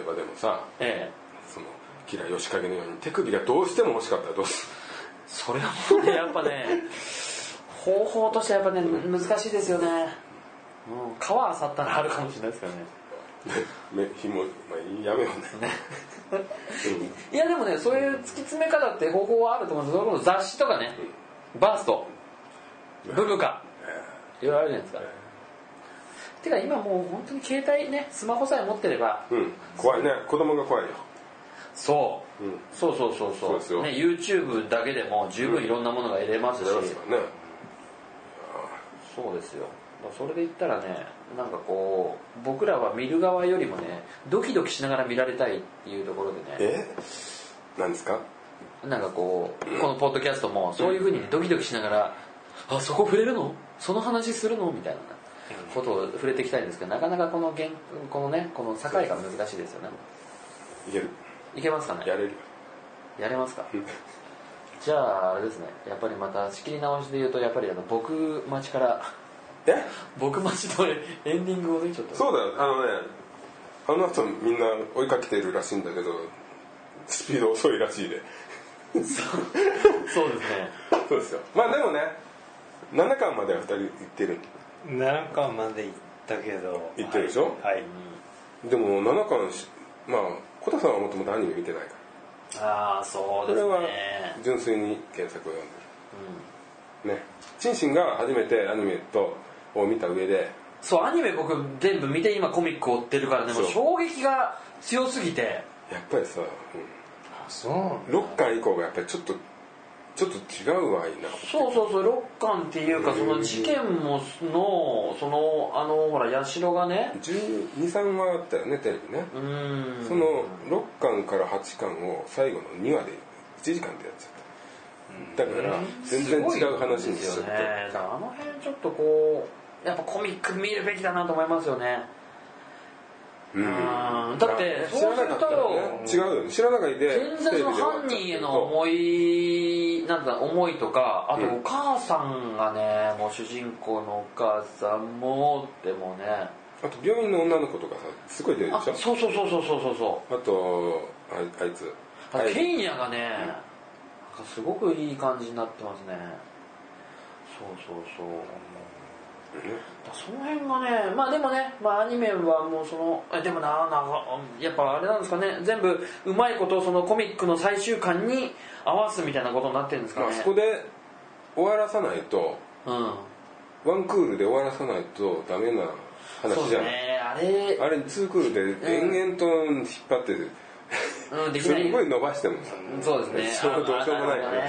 D: えばでもさ
C: えええ
D: その吉良義景のように手首がどうしても欲しかったらどうす
C: それはもうねやっぱね方法としてはやっぱね難しいですよね、うん、川あさったらあるかもしれないですからね
D: る <laughs> ね紐、まあ、やめようね
C: いやでもねそういう突き詰め方って方法はあると思うんですよそれこそ雑誌とかねバーストブブカいろいろあるじゃないですかてか今もう本当に携帯ねスマホさえ持ってれば
D: うん、うん、怖いね子供が怖いよ
C: そう、
D: うん
C: そうそうそう
D: そう
C: そう
D: ですよ
C: ね、YouTube だけでも十分いろんなものが得れますし、
D: そうですよね
C: そうですよまあそれで言ったらねなんかこう僕らは見る側よりもねドキドキしながら見られたいっていうところでね
D: えなんですか
C: なんかこうこのポッドキャストもそういうふうにドキドキしながら「あそこ触れるのその話するの?」みたいなことを触れていきたいんですけどなかなかこの現このねこの境が難しいですよね
D: いける
C: いけますかね
D: やれるよ
C: やれますかじゃああれですねやっぱりまた仕切り直しで言うとやっぱりあの僕待ちから
D: え
C: 僕待ちのエンディングをねちょっと
D: そうだよあのねあの後みんな追いかけてるらしいんだけどスピード遅いらしいで
C: そうですね
D: そうですよまあでもね7巻までは2人行ってる
B: 7巻まで行ったけど
D: 行ってるでしょ
B: はい
D: でも7巻しまあコタさんはもともとアニメ見てないから
C: ああそう
D: そ
C: で
D: れ
C: す
D: は
C: ね
D: 純粋に原作を読んでるねチンシンが初めてアニメとを見た上で
C: そうアニメ僕全部見て今コミック追ってるからねもう
D: そう
C: 衝撃が強すぎて
D: やっぱりさ、
B: そうなの
D: うん、6巻以降がやっぱりちょっとちょっと違うわいな
C: そうそうそう六巻っていうかその事件ものそのあのほら社がね
D: 123話あったよねテレビね
C: うーん
D: その6巻から8巻を最後の2話で1時間でやっちゃっただから全然違う話にしちゃ
C: すご
D: っ
C: いんですよねだからあの辺ちょっとこうやっぱコミック見るべきだなと思いますよね
D: て、うん
C: うんだって
D: 知らなかったらね違うよね知らなかったで
C: 全然その犯人への
D: い
C: 思いなんか思いとかあとお母さんがね、もう主人公のお母さんもでもね
D: あと病院の女の子とかさすごい出るで
C: あ
D: し
C: そ
D: ょ
C: うそうそうそうそうそうそ
D: あとああいつ
C: う、
D: はい
C: ケンヤがね、なんかすごくいい感じになってますねそうそうそう、だその辺がねまあでもね、まあ、アニメはもうそのえでもななんかやっぱあれなんですかね全部うまいことそのコミックの最終巻に合わすみたいなことになってるんですか
D: ま
C: ね、
D: あそこで終わらさないと
C: うん
D: ワンクールで終わらさないとダメな
C: そう
D: 話じ
C: で
D: ゃ
C: す
D: ん、
C: ねあれ
D: あれツークールで延々と引っ張って
C: うんでき
D: す
C: ない
D: んごい伸ばしてもさ
C: そうですね
D: そうどうしようもない
C: あなるほどね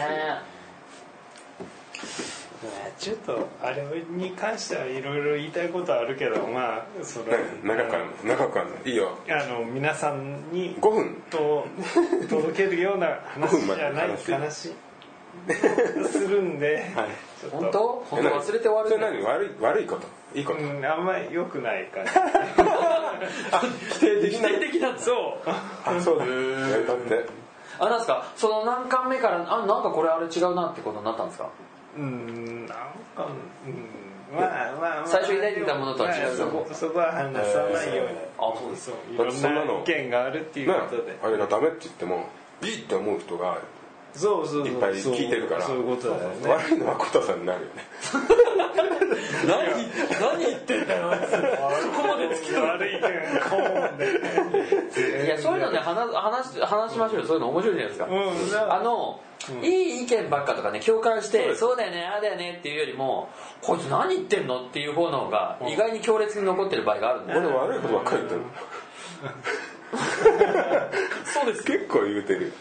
B: ちょっとあれに関してはいろいろ言いたいことはあるけどまあその
D: 長くあるの長くあるのいいよ
B: あの皆さんに
D: 5分
B: と届けるような話じゃない話するんで、
D: はい
B: ちょっと
C: 本当本当忘れて終わる
D: そ
C: ん
D: れ
C: だ
D: 何悪い悪いこといいこと
B: うん、あんまり良くない感じ
D: 否定でき
C: 否
D: ない
C: 定的なんです
B: そう
D: あそうだえだって
C: あれなんですかその何巻目からあなんかこれあれ違うなってことになったんですか
B: うんなんか、うん、まあまあ、まあ、
C: 最初抱いてたものとは違う
B: まあそこそこは話さないように、
C: あそうです
B: そういろんな意見があるっていう
D: ね
B: ことで、
D: あれがダメって言ってもいいって思う人が
B: そうそうそう
D: いっぱい聞いてるから
B: そうそういうことだよね
D: 悪いのはコタさんになるよね
C: 何何言ってんだよそこまで突き
B: 悪い意見がコーンで
C: いやそういうのね話話話しましょうよそういうの面白いじゃないですか、
B: うんじゃ
C: あ
B: あ
C: の、いい意見ばっかとかね共感してそうだよねああだよねっていうよりもこいつ何言ってんのっていう方の方が意外に強烈に残ってる場合があるんで、
D: 俺悪いことばっかり言ってる
C: そうです
D: 結構言うてる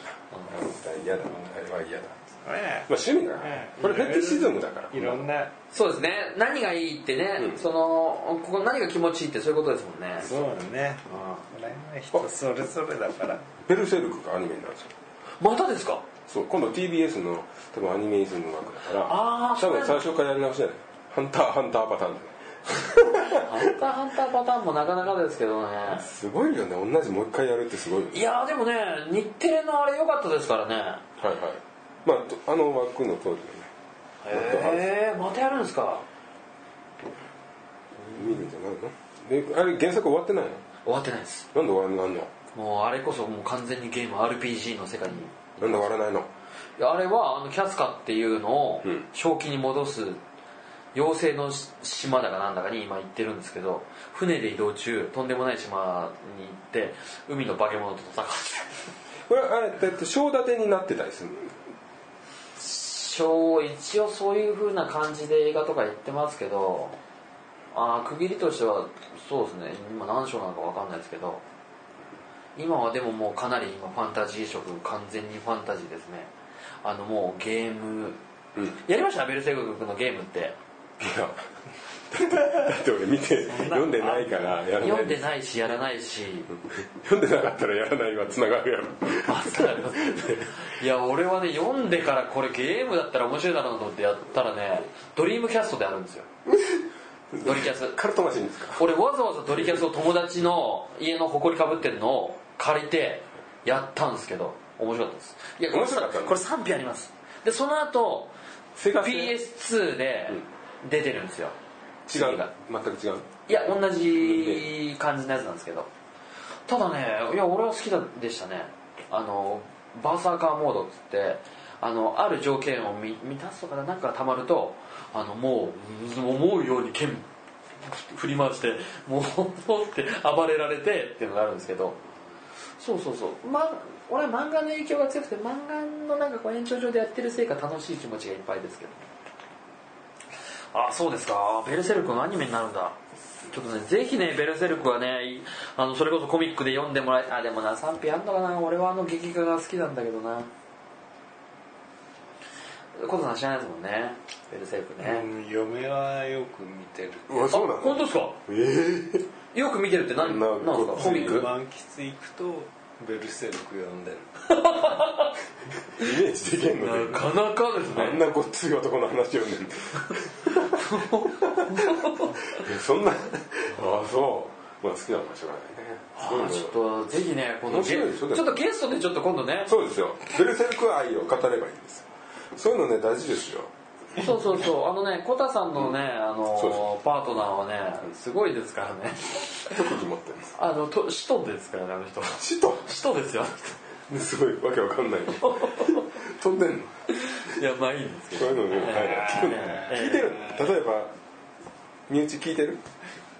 D: 嫌だあれは嫌だ
B: ね
D: まあ趣味だから
B: ね
D: これフェティシズムだから
B: いろんな
C: そうですね何がいいってね、
D: うん
C: そのここ何が気持ちいいってそういうことですもんね
B: そうだねこれは人それぞれだから
D: ベルセルクがアニメになるんですよ
C: またですか
D: そう今度 TBS の多分アニメイズム枠だから
C: あー
D: 多分
C: そう
D: 最
C: な
D: 初からやり直しじゃないハンターハンターパターンだね
C: <laughs> ハンターハンターパターンもなかなかですけどね
D: すごいよね同じもう一回やるってすごいよ
C: い
D: ね
C: やーでもね日テレのあれ良かったですからね
D: はいはいまあとあの枠の通りだよね
C: へえまたやるんですか
D: 見るんじゃないのであれ原作終わってないの
C: 終わってないです
D: なんで終わんないの
C: もうあれこそもう完全にゲーム RPG の世界に
D: なんで終わらないの
C: いやあれはあのキャスカっていうのを
D: うん
C: 正気に戻す妖精の島だかなんだかに今行ってるんですけど船で移動中とんでもない島に行って海の化け物と戦って
D: これあれだって正立てになってたりするの
C: そう一応そういう風な感じで映画とか言ってますけどあー区切りとしてはそうですね今何章なのか分かんないですけど今はでももうかなり今ファンタジー色完全にファンタジーですねあのもうゲーム、
D: うん
C: やりましたベルセルクのゲームって
D: いやだって俺見て読んでないからやらない
C: 読んでないしやらないし
D: 読んでなかったらやらないはつながるやろ
C: あそうなんですねいや俺はね読んでからこれゲームだったら面白いだろうなと思ってやったらねドリームキャストである
D: <laughs>
C: んですよドリキャス
D: カルトマシンですか
C: 俺わざわざドリキャスを友達の家の埃かぶってるのを借りてやったんですけど面白かったですいやこれ
D: 面白かったの
C: これ賛否ありますでその後
D: セガ戦
C: PS2 で出てるんですよ、
D: 違
C: 次
D: う
C: が
D: 全く違う
C: いや同じ感じのやつなんですけどただねいや俺は好きだでしたねあのバーサーカーモードっつってあのある条件を満満たすとかなんかたまるとあのもううん思うように剣振り回してもう <laughs> って暴れられてっていうのがあるんですけどそうそうそう、ま、俺は漫画の影響が強くて漫画のなんかこう延長上でやってるせいか楽しい気持ちがいっぱいですけどあそうですかベルセルクのアニメになるんだちょっとねぜひねベルセルクはねいあのそれこそコミックで読んでもらいあでもな賛否あんのかな俺はあの劇画が好きなんだけどなコトさん知らないですもんねベルセルクね、
B: うん嫁はよく見てる
D: うわそうな
C: あ本
D: の
C: 当ですか
D: ええ
C: よく見てるって何
D: な
C: なんですかコミック
B: 満喫行くとベルセルク読んでる
D: イメージできんのね
C: なかなかです
D: あん
C: ね
D: なごっつい男の話読んでるえそんなああそうまあ好きなのはしょうがないね
C: あ
D: すごい
C: ー
D: ね
C: ちょっとぜひねこの
D: 面
C: ゲ
D: 白いでし
C: ち
D: ょでも
C: ょっとゲストでちょっと今度ね
D: そうですよベルセルク愛を語ればいいんですよそういうのね大事ですよ
C: そうそうそうあのねコタさんのね、あの
D: そうそ
C: パートナーはねすごいですからね <laughs>
D: 特技持ってるんです
C: あのと首都ですからねあの人 <laughs>
D: 死と
C: 首都ですよ <laughs>
D: <laughs> すごいわけわか <laughs> んない飛んでんの
C: いやまあいいんですけ
D: そう
C: ど
D: いうのね、はい、聞くの聞いてる例えば身内聞いてる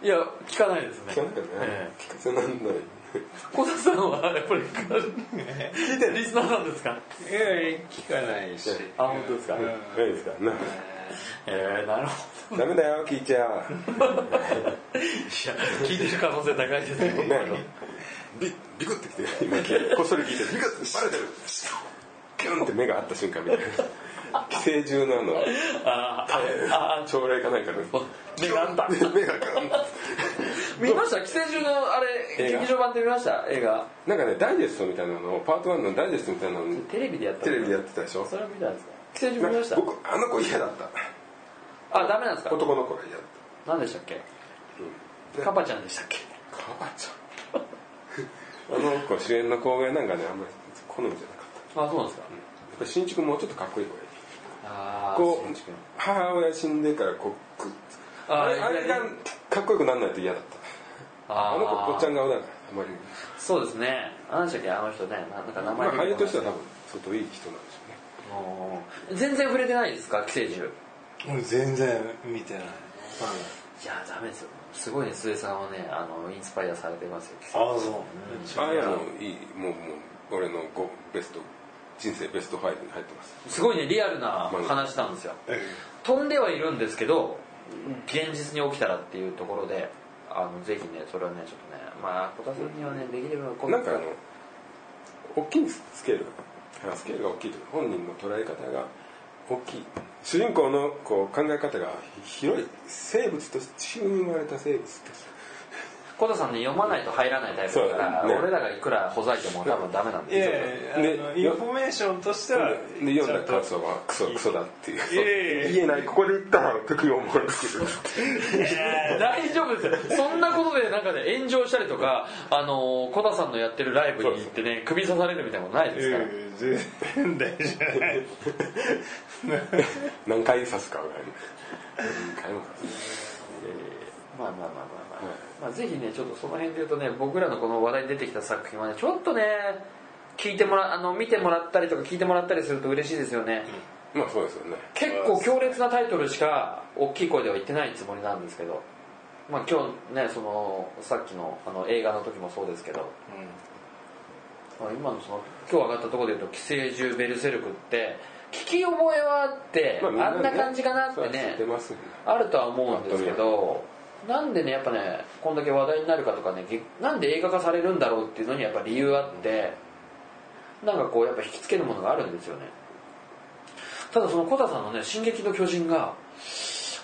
C: いや聞かないですね
D: 聞かないよね、
C: え
D: 聞かせなんない
C: えコタさんはやっぱり聞かれ聞いてるリスナーなんですか
B: いやいや聞かないし
C: あ本当ですか、え
D: ないですからな
C: えなるほ
D: ダメだよ聞いちゃ
C: どいや聞いてる可能性高いです
D: ね
C: ね
D: びビクってきて今こっそり聞いてビクってバレてるキュンって目が合った瞬間みたい <laughs> な寄生獣のあの
C: ああ
D: 朝礼かなんかで
C: 目が合った
D: 目がガン
C: 見ました寄生獣のあれ
D: 映画
C: 劇場版って見ました映画
D: なんかねダイジェストみたいなのをパート1のダイジェストみたいなのを
C: テレビでやった
D: テレビでやってたでしょ
C: それは見たんですか寄生
D: な
C: 獣
D: ん
C: 見まし
D: か
C: た
D: 僕あの子嫌だった
C: あダメなんですか
D: 男の子が嫌だっ
C: 何でしたっけ
D: た
C: カパちゃんでしたっけ
D: カバちゃんあの子主演の子がなんかねあんまり好みじゃなかった
C: あそうなんですか
D: やっぱり新築もうちょっとかっこいい方がいい
C: ああ
D: こう母親死んでからこうく
C: あ
D: あれあれがかっこよくなんないと嫌だったあの子こっちゃん
C: が
D: 顔だからあまりに
C: そうですね何でしたっけあの人ねななんか名
D: ま
C: 前
D: あ俳優としては
C: 多
D: 多分相当いい人なんでしょうね
C: 分全然触れてないですか寄生獣
B: うん全然見てない
C: いやダメですよすごいね鈴江さんはねあのインスパイアされてますよ寄生
B: ああそう
D: ああやのいいもうもう俺のごベスト人生ベスト5に入ってます
C: すごいねリアルな話なんですよ飛んではいるんですけど現実に起きたらっていうところであのぜひねそれはねちょっとねまあ小田さんにはねできればこ
D: なんかあの大きいスケールがスケールが大きいというか本人の捉え方が大きい主人公のこう考え方が広い生物として地球に生まれた生物として
C: 小田さんね読まないと入らないタイプだから、
D: そうだね
C: 俺らがいくらほざいても多分ダメなん
B: いやい
C: で
B: やい
D: ね
B: やあのインフォメーションとしては
D: で読んだ
B: ちゃ
D: 感
B: んと
D: 想はクソクソだっていう
B: いやいやいや
D: 言えないここで言ったら時を思われるけ
B: <laughs>
C: 大丈夫ですよそんなことでなんかね炎上したりとか、あのー、小田さんのやってるライブに行ってね首刺されるみたいなことないですから、
B: ええ全然大事じゃない
D: ど何回刺すか分かる何回も刺す
C: まあまあまあまあまあ、まあ、ぜひねちょっとその辺で言うとね僕らのこの話題に出てきた作品はねちょっとね聞いてもらあの見てもらったりとか聞いてもらったりすると嬉しいですよね、
D: まあそうですよね
C: 結構強烈なタイトルしか大きい声では言ってないつもりなんですけど、まあ、今日ねそのさっきのあの映画の時もそうですけど、まあ、今のその今日上がったところで言うと「寄生獣ベルセルク」って聞き覚えはあって、
D: まみ
C: あんな感じかなって
D: そう知
C: ね
D: ってますよね
C: あるとは思うんですけどなんでねやっぱねこんだけ話題になるかとかねげなんで映画化されるんだろうっていうのにやっぱ理由あってなんかこうやっぱ引きつけるものがあるんですよねただそのコタさんのね「進撃の巨人」が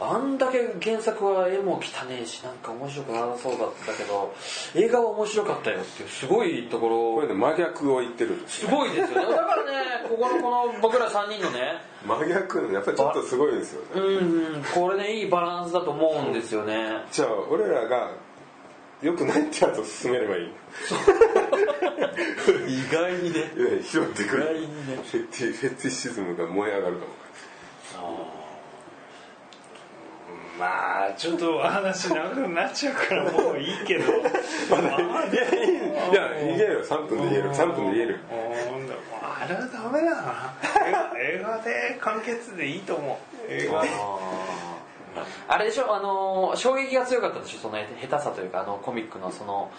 C: あんだけ原作は絵も汚ねえしなんか面白くなさそうだったけど映画は面白かったよっていうすごいところ
D: これで真逆を言ってるんです
C: すごいですよ <laughs> ねだからねここのこの僕ら3人のね
D: 真逆のやっぱりちょっとすごいですよね
C: うんうんこれねいいバランスだと思うんですよね
D: じゃあ俺らが良くないってやつを進めればいい
C: 意外にね
D: いや拾ってく
C: 意外
D: れ
C: にね
D: フェティフェティシズムが燃え上がるかも
B: まあちょっとお話長くなっちゃうからもういいけどまあで
D: いや言えるよ3分で言える3分で言える
B: あーあれはダメだな映画映画で完結でいいと思う映画
C: <laughs> あれでしょあのー衝撃が強かったでしょそのへ下手さというかあのコミックのその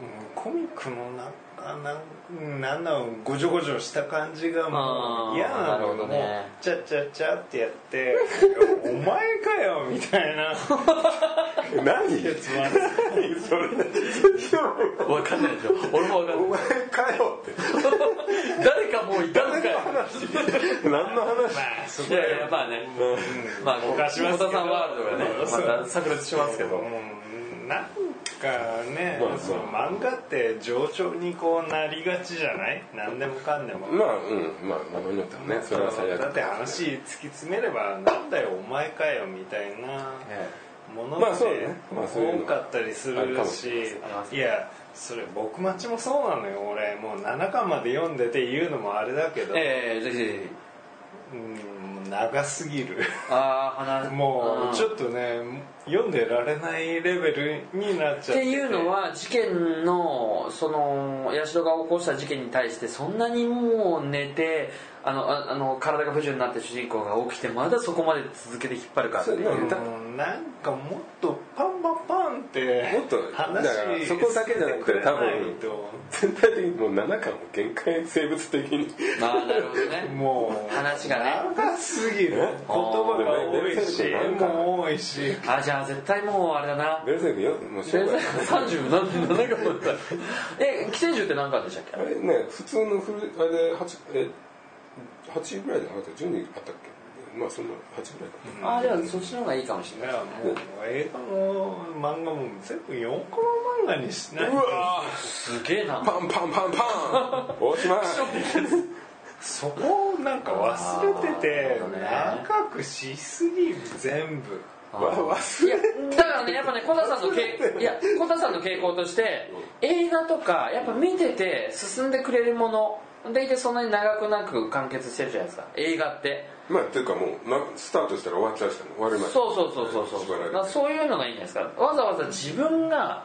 B: うんコミックのなんかなんなんだろうごじょごじょした感じがも
C: あー
B: う嫌なの
C: なるほど
B: もう
C: ね
B: チャッチャッチャってやって「お前かよ」みたいな
D: 何
B: やつもある
D: それ
C: 分かんないでしょ俺も分
D: お前かよって
C: い <laughs> 誰かもういたのかよ
D: 何の話
B: まあそ
C: い
B: こ
C: やいやまあねまあ
B: 犯しますけど
C: 小田さんワールドがね
B: そう
C: また炸裂しますけど
B: うんなんかね、
D: まあ
B: その漫画って冗長にこうなりがちじゃない何でもかんでも、
D: まあうんまあものによってはねそれは最
B: だっ
D: 悪
B: て話突き詰めればなんだよお前かよみたいなもの
D: まあ
B: っ
D: そう
B: て
D: ねまあそういうの
B: 多かったりす
D: あるか
B: る
D: もし
B: し
D: れない
C: です
B: いやそれ僕待ちもそうなのよ俺もう7巻まで読んでて言うのもあれだけど、
C: ええぜひぜひ
B: うん長すぎる
C: ああ話
B: も
C: ん
B: うちょっとね読んでられないレベルになっちゃ
C: っ
B: って
C: ていうのは事件のその社が起こした事件に対してそんなにもう寝てあのああの体が不自由になって主人公が起きてまだそこまで続けて引っ張るかって
D: そ
C: いう
D: れ
C: う
D: ね
B: うんなんかもっとパンパンパン巻って
D: もっと
B: 話
D: だからそこだけじゃなくて多分全体的にもう7巻も限界生物的に
C: まあなるほどね
B: もう
C: 話がね
B: 長すぎる言葉が多いし絵も多いし
C: あじゃあ絶対もうあれだな
D: ベルセルクよもう生
C: 先
D: 涯
C: 生37巻だったえ寄生獣って何巻でしたっ
D: あ
C: け
D: れね普通の古いあれで 8, え8ぐらいじゃなかった10人あったっけまあそんな8ぐらいか
C: あじゃあそっちの方がいいかもし
B: い
C: れない
B: やもう映画も漫画も全部4コマ漫画にしないと
C: すげえな
D: パンパンパンパン大島
B: そこをなんか忘れてて
C: あーなるほどね
B: 長くしすぎる全部
D: <laughs> わ忘れ
C: だからねやっぱね小田さんのけいや小田さんの傾向として映画とかやっぱ見てて進んでくれるもの大体そんなに長くなく完結してるじゃないですか映画って
D: まあっていうかもうなスタートしたら終わっちゃうしたの終わりました
C: そうそうそうそうそう
D: 縛られ
C: だ
D: て
C: からそういうのがいいんじゃないですかわざわざ自分が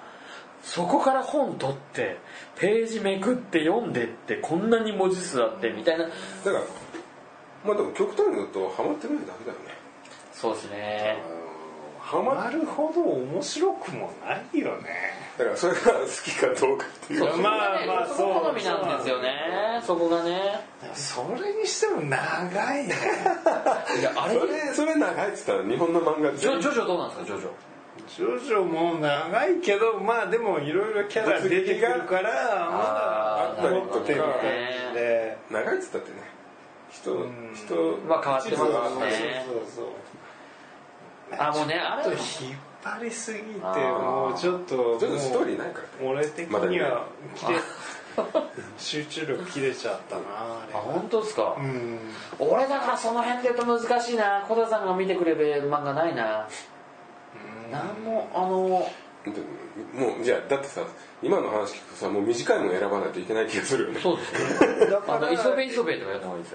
C: そこから本取ってページめくって読んでってこんなに文字数あってみたいな
D: だからまあでも極端に言うとハマってないだけだよね
C: そうですね
D: ハマ
B: なるほど面白くもないよね
D: だからそれが好きかどうかっていう
C: そう
B: いや
C: そこがね
B: まあまあ
C: そこ好みなんですよねそこがね
B: それにしても長いね
C: いやあれ
D: それそれ長いっつったら日本の漫画
C: ジョ
D: 全
C: ジ
D: 部
C: ョジョどうなんですかジョジョ
B: <laughs> ジョジョも長いけどまあでもいろいろキャラ出てくるから
C: あ
B: ま
D: ー
B: だ持ってる
D: なるほ
C: ど
B: 感じで
D: 長いっつったってね人
B: ん
D: 人
C: まあ変わってます
B: そうそう
C: ね
B: そう
C: あもうねあれ
B: そうちょっと引っ張りすぎて
C: あー
B: もうちょっともう
D: ちょっとストーリーないからね
B: 俺的には切れ <laughs> 集中力切れちゃったなあ
C: あ
B: れ
C: 本当ですか、
B: うん
C: 俺だからその辺で言うと難しいな小田さんが見てくれる漫画ないななんもあの
D: もうじゃあだってさ今の話聞くとさもう短いの選ばないといけない気がするよね
C: そうですね
B: だ
C: あ
B: か
C: の
B: ら
C: 磯部磯部とかやった方がいいで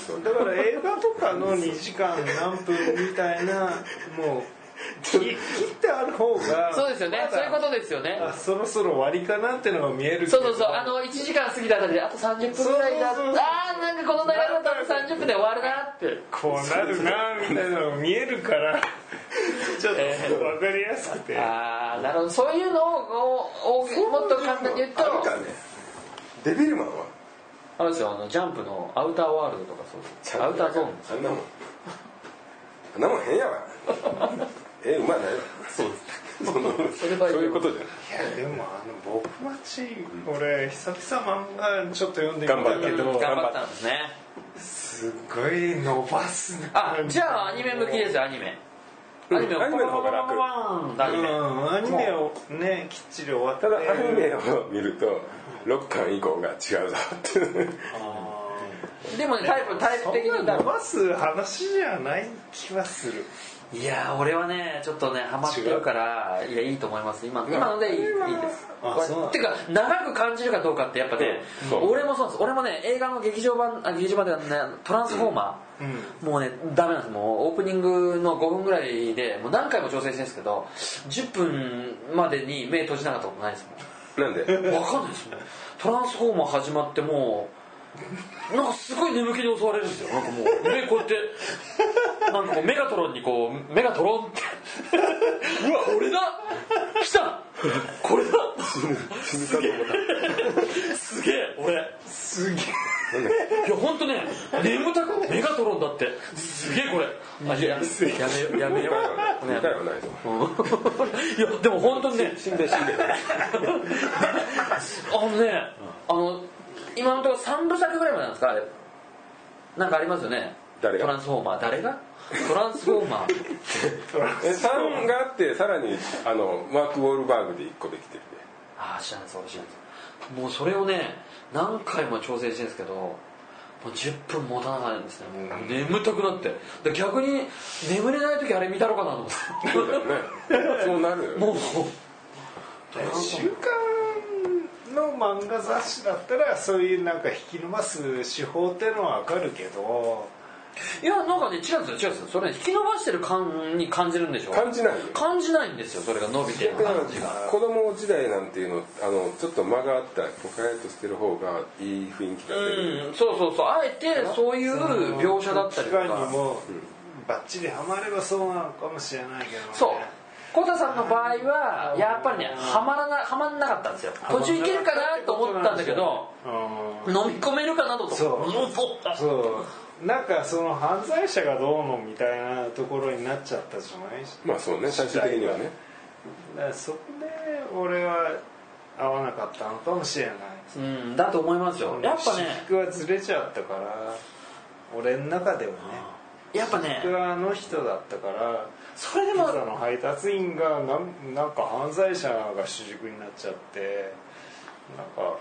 C: すよ
B: だだから映画とかの2時間何分みたいなもうき切ってある方が
C: そうですよね
B: まだ
C: そういうことですよね
B: あそろそろ終わりかなってのが見えるけど
C: そうそうそうあの1時間過ぎたあたりであと30分ぐらいだあ
B: そうそうそう
C: あーなんかこの流れだとあと30分で終わるなって
B: こうなるなみたいなのが見えるからちょっとわかりやすくて
C: ああなるほどそういうのををもっと簡単に言うと
D: あるかねデビルマンは
C: あれですよあのジャンプのアウターワールドとかそうですアウターゾーン
D: あんなもんあんなもん変やわえうまないわそうその
C: それ
D: <laughs>
C: は
D: そういうことじゃ
B: い
D: ん
B: やでもあの僕町俺久々漫画ちょっと読んでみたけ
D: 頑
B: ど
C: 頑張ったんですね
B: すっごい伸ばすな
C: あじゃあアニメ向きですよアニメ
D: うん
C: アニメを
D: アニメの方が楽
C: 楽アニ
B: う
C: メ
B: んアニメをねきっちり終わって
D: ただアニメを見ると6巻以降が違うぞって
C: でもねタイプタイプ的に
B: 伸ばす話じゃない気はする
C: いやー俺はねちょっとねハマってるからいやいいと思います今今のでいいいいです
B: あ
C: これ
B: そうなんだ
C: てか長く感じるかどうかってやっぱね
D: うんそう
C: 俺もそうです俺もね映画の劇場版あ劇場版ではねトランスフォーマー、
B: うん
C: もうねダメなんですもうオープニングの5分ぐらいでもう何回も調整してるんですけど10分までに目閉じなかったことないですもん
D: なんで
C: わかんないですねトランスフォーマー始まってもうなんかすごい眠気に襲われるんですよなんかもう目こうやってなんかこうメガトロンにこう目がトロンってうわ俺だ来たこれだ
D: 死ぬかと思った
C: すげえ俺
B: すげえ
C: いや本当ね眠たくメガトロンだってすげえこれあいややめやめよう
D: 2回はないぞ
C: いやでも本当にね
D: 死んで死ん <laughs> で
C: あのね、あの今のところ3部作ぐらいまでなんですかあれなんかありますよね
D: 誰が
C: トランスフォーマー誰がトランスフォーマー <laughs>
D: え3があってさらにあのマーク・ウォールバーグで1個できてるね
C: ああ知らないです俺知らないですもうそれをね何回も調整してるんですけどもう10分持たないんですねもう眠たくなってで逆に眠れない時あれ見たろかなと思って <laughs>
D: そうだよねそうなるよね
C: もう
B: 週刊の漫画雑誌だったらそういうなんか引き伸ばす手法っていうのはわかるけど
C: いやなんかね違うんですよ違うんですよそれね引き伸ばしてる感に感じるんでしょ
D: 感じないよ
C: 感じないんですよそれが伸びてる
D: だから
C: 感じが
D: 子供時代なんていうのあのちょっと間があったポカリとしてる方がいい雰囲気が出る、
C: うん、そうそうそうあえてそういう描写だったり
B: 期
C: と
B: 間に
C: か
B: もバッチリハマればそうなのかもしれないけどね
C: そうコタさんの場合はやっぱりねはまらなはまんなかったんですよ途中いけるかなと思ったんだけど
B: うん
C: 飲み込めるかなと
B: そう
C: もうそうだ
B: そうなんかその犯罪者がどうのみたいなところになっちゃったじゃないし
D: まあそうね最終的にはね
B: だからそこで俺は合わなかったのかもしれない
C: うんだと思いますよやっぱね
B: 私服はずれちゃったから俺の中ではね
C: やっぱ
B: 僕
C: ね
B: はあの人だったから
C: それで
B: ピ
C: も
B: ザの配達員がなんなんか犯罪者が主軸になっちゃってなんか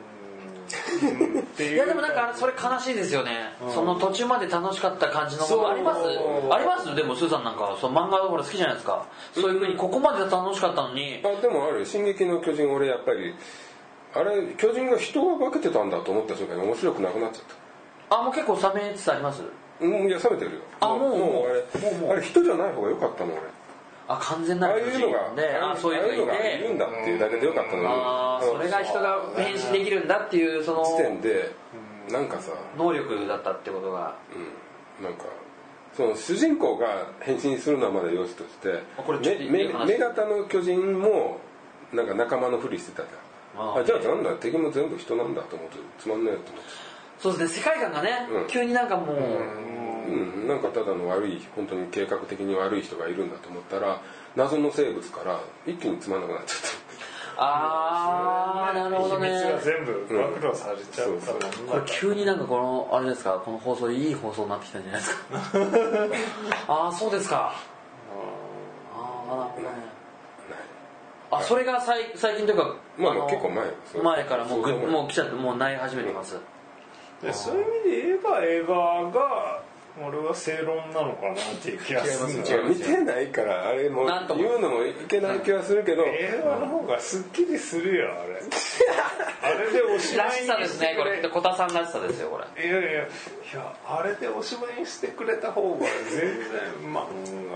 B: うーんうんっていう
C: いやでもなんかそれ悲しいですよね、
B: うん
C: その途中まで楽しかった感じの
B: そう
C: ありますありますでもスーさんなんかその漫画ほら好きじゃないですかそういうふうにここまで楽しかったのに
D: あでもある「進撃の巨人」俺やっぱりあれ巨人が人を化けてたんだと思った瞬間に面白くなくなっちゃった
C: あもう結構冷めつつあります
D: うんいや冷めてるよ
C: あもう
D: もうあれあれ人じゃない方が良かったの俺
C: あ完全な
D: ああ
C: る
D: いうのが
C: で
D: あ
C: あ
D: あ
C: そういうのがい
D: ああいるん
C: て
D: だっていうだけで良かったのに
C: ああそれが人が変身できるんだっていうその
D: 時点でなんかさ
C: 能力だったってことが
D: うんなんかその主人公が変身するのはまだ良しとして
C: あこれちょっといい
D: めめ
C: 話
D: 女型の巨人もなんか仲間のふりしてたじゃ
C: あ
D: ん
C: ー
D: あじゃあなんだ敵も全部人なんだと思ってつまんないやと思って
C: そうですね世界観がね、
D: うん
C: 急になんかもう、
D: うん、なんかただの悪い本当に計画的に悪い人がいるんだと思ったら謎の生物から一気につまんなくなっちゃ
C: ああなるほどね
B: 秘密が全部暴露されちゃったもん
D: うんそう
C: これ急になんかこのあれですかこの放送いい放送になってきたんじゃないで
D: <laughs>
C: すかああそうですかああなるほどね
D: っ
C: あそれが最最近というか
D: まあまあ
C: の
D: 結構前そう
C: 前からもうぐ
D: そうそう
C: もう来ちゃってもうない始めてます、
B: でそういう意味で言えば映画が俺は正論なのかなっていう気がするんだ
D: た
B: よ
D: いや見てないからあれも
C: なんとも
D: 言うのもいけない気はするけど
B: 映画の方がすっきりするよあれ <laughs> あれでおしま
C: ら
B: い
C: し
B: に
C: さです
B: して
C: ね
B: く
C: こ
B: れ
C: れ小田さんらしさですよこれ
B: いやいやいやあれでおしまいにしてくれた方が全然漫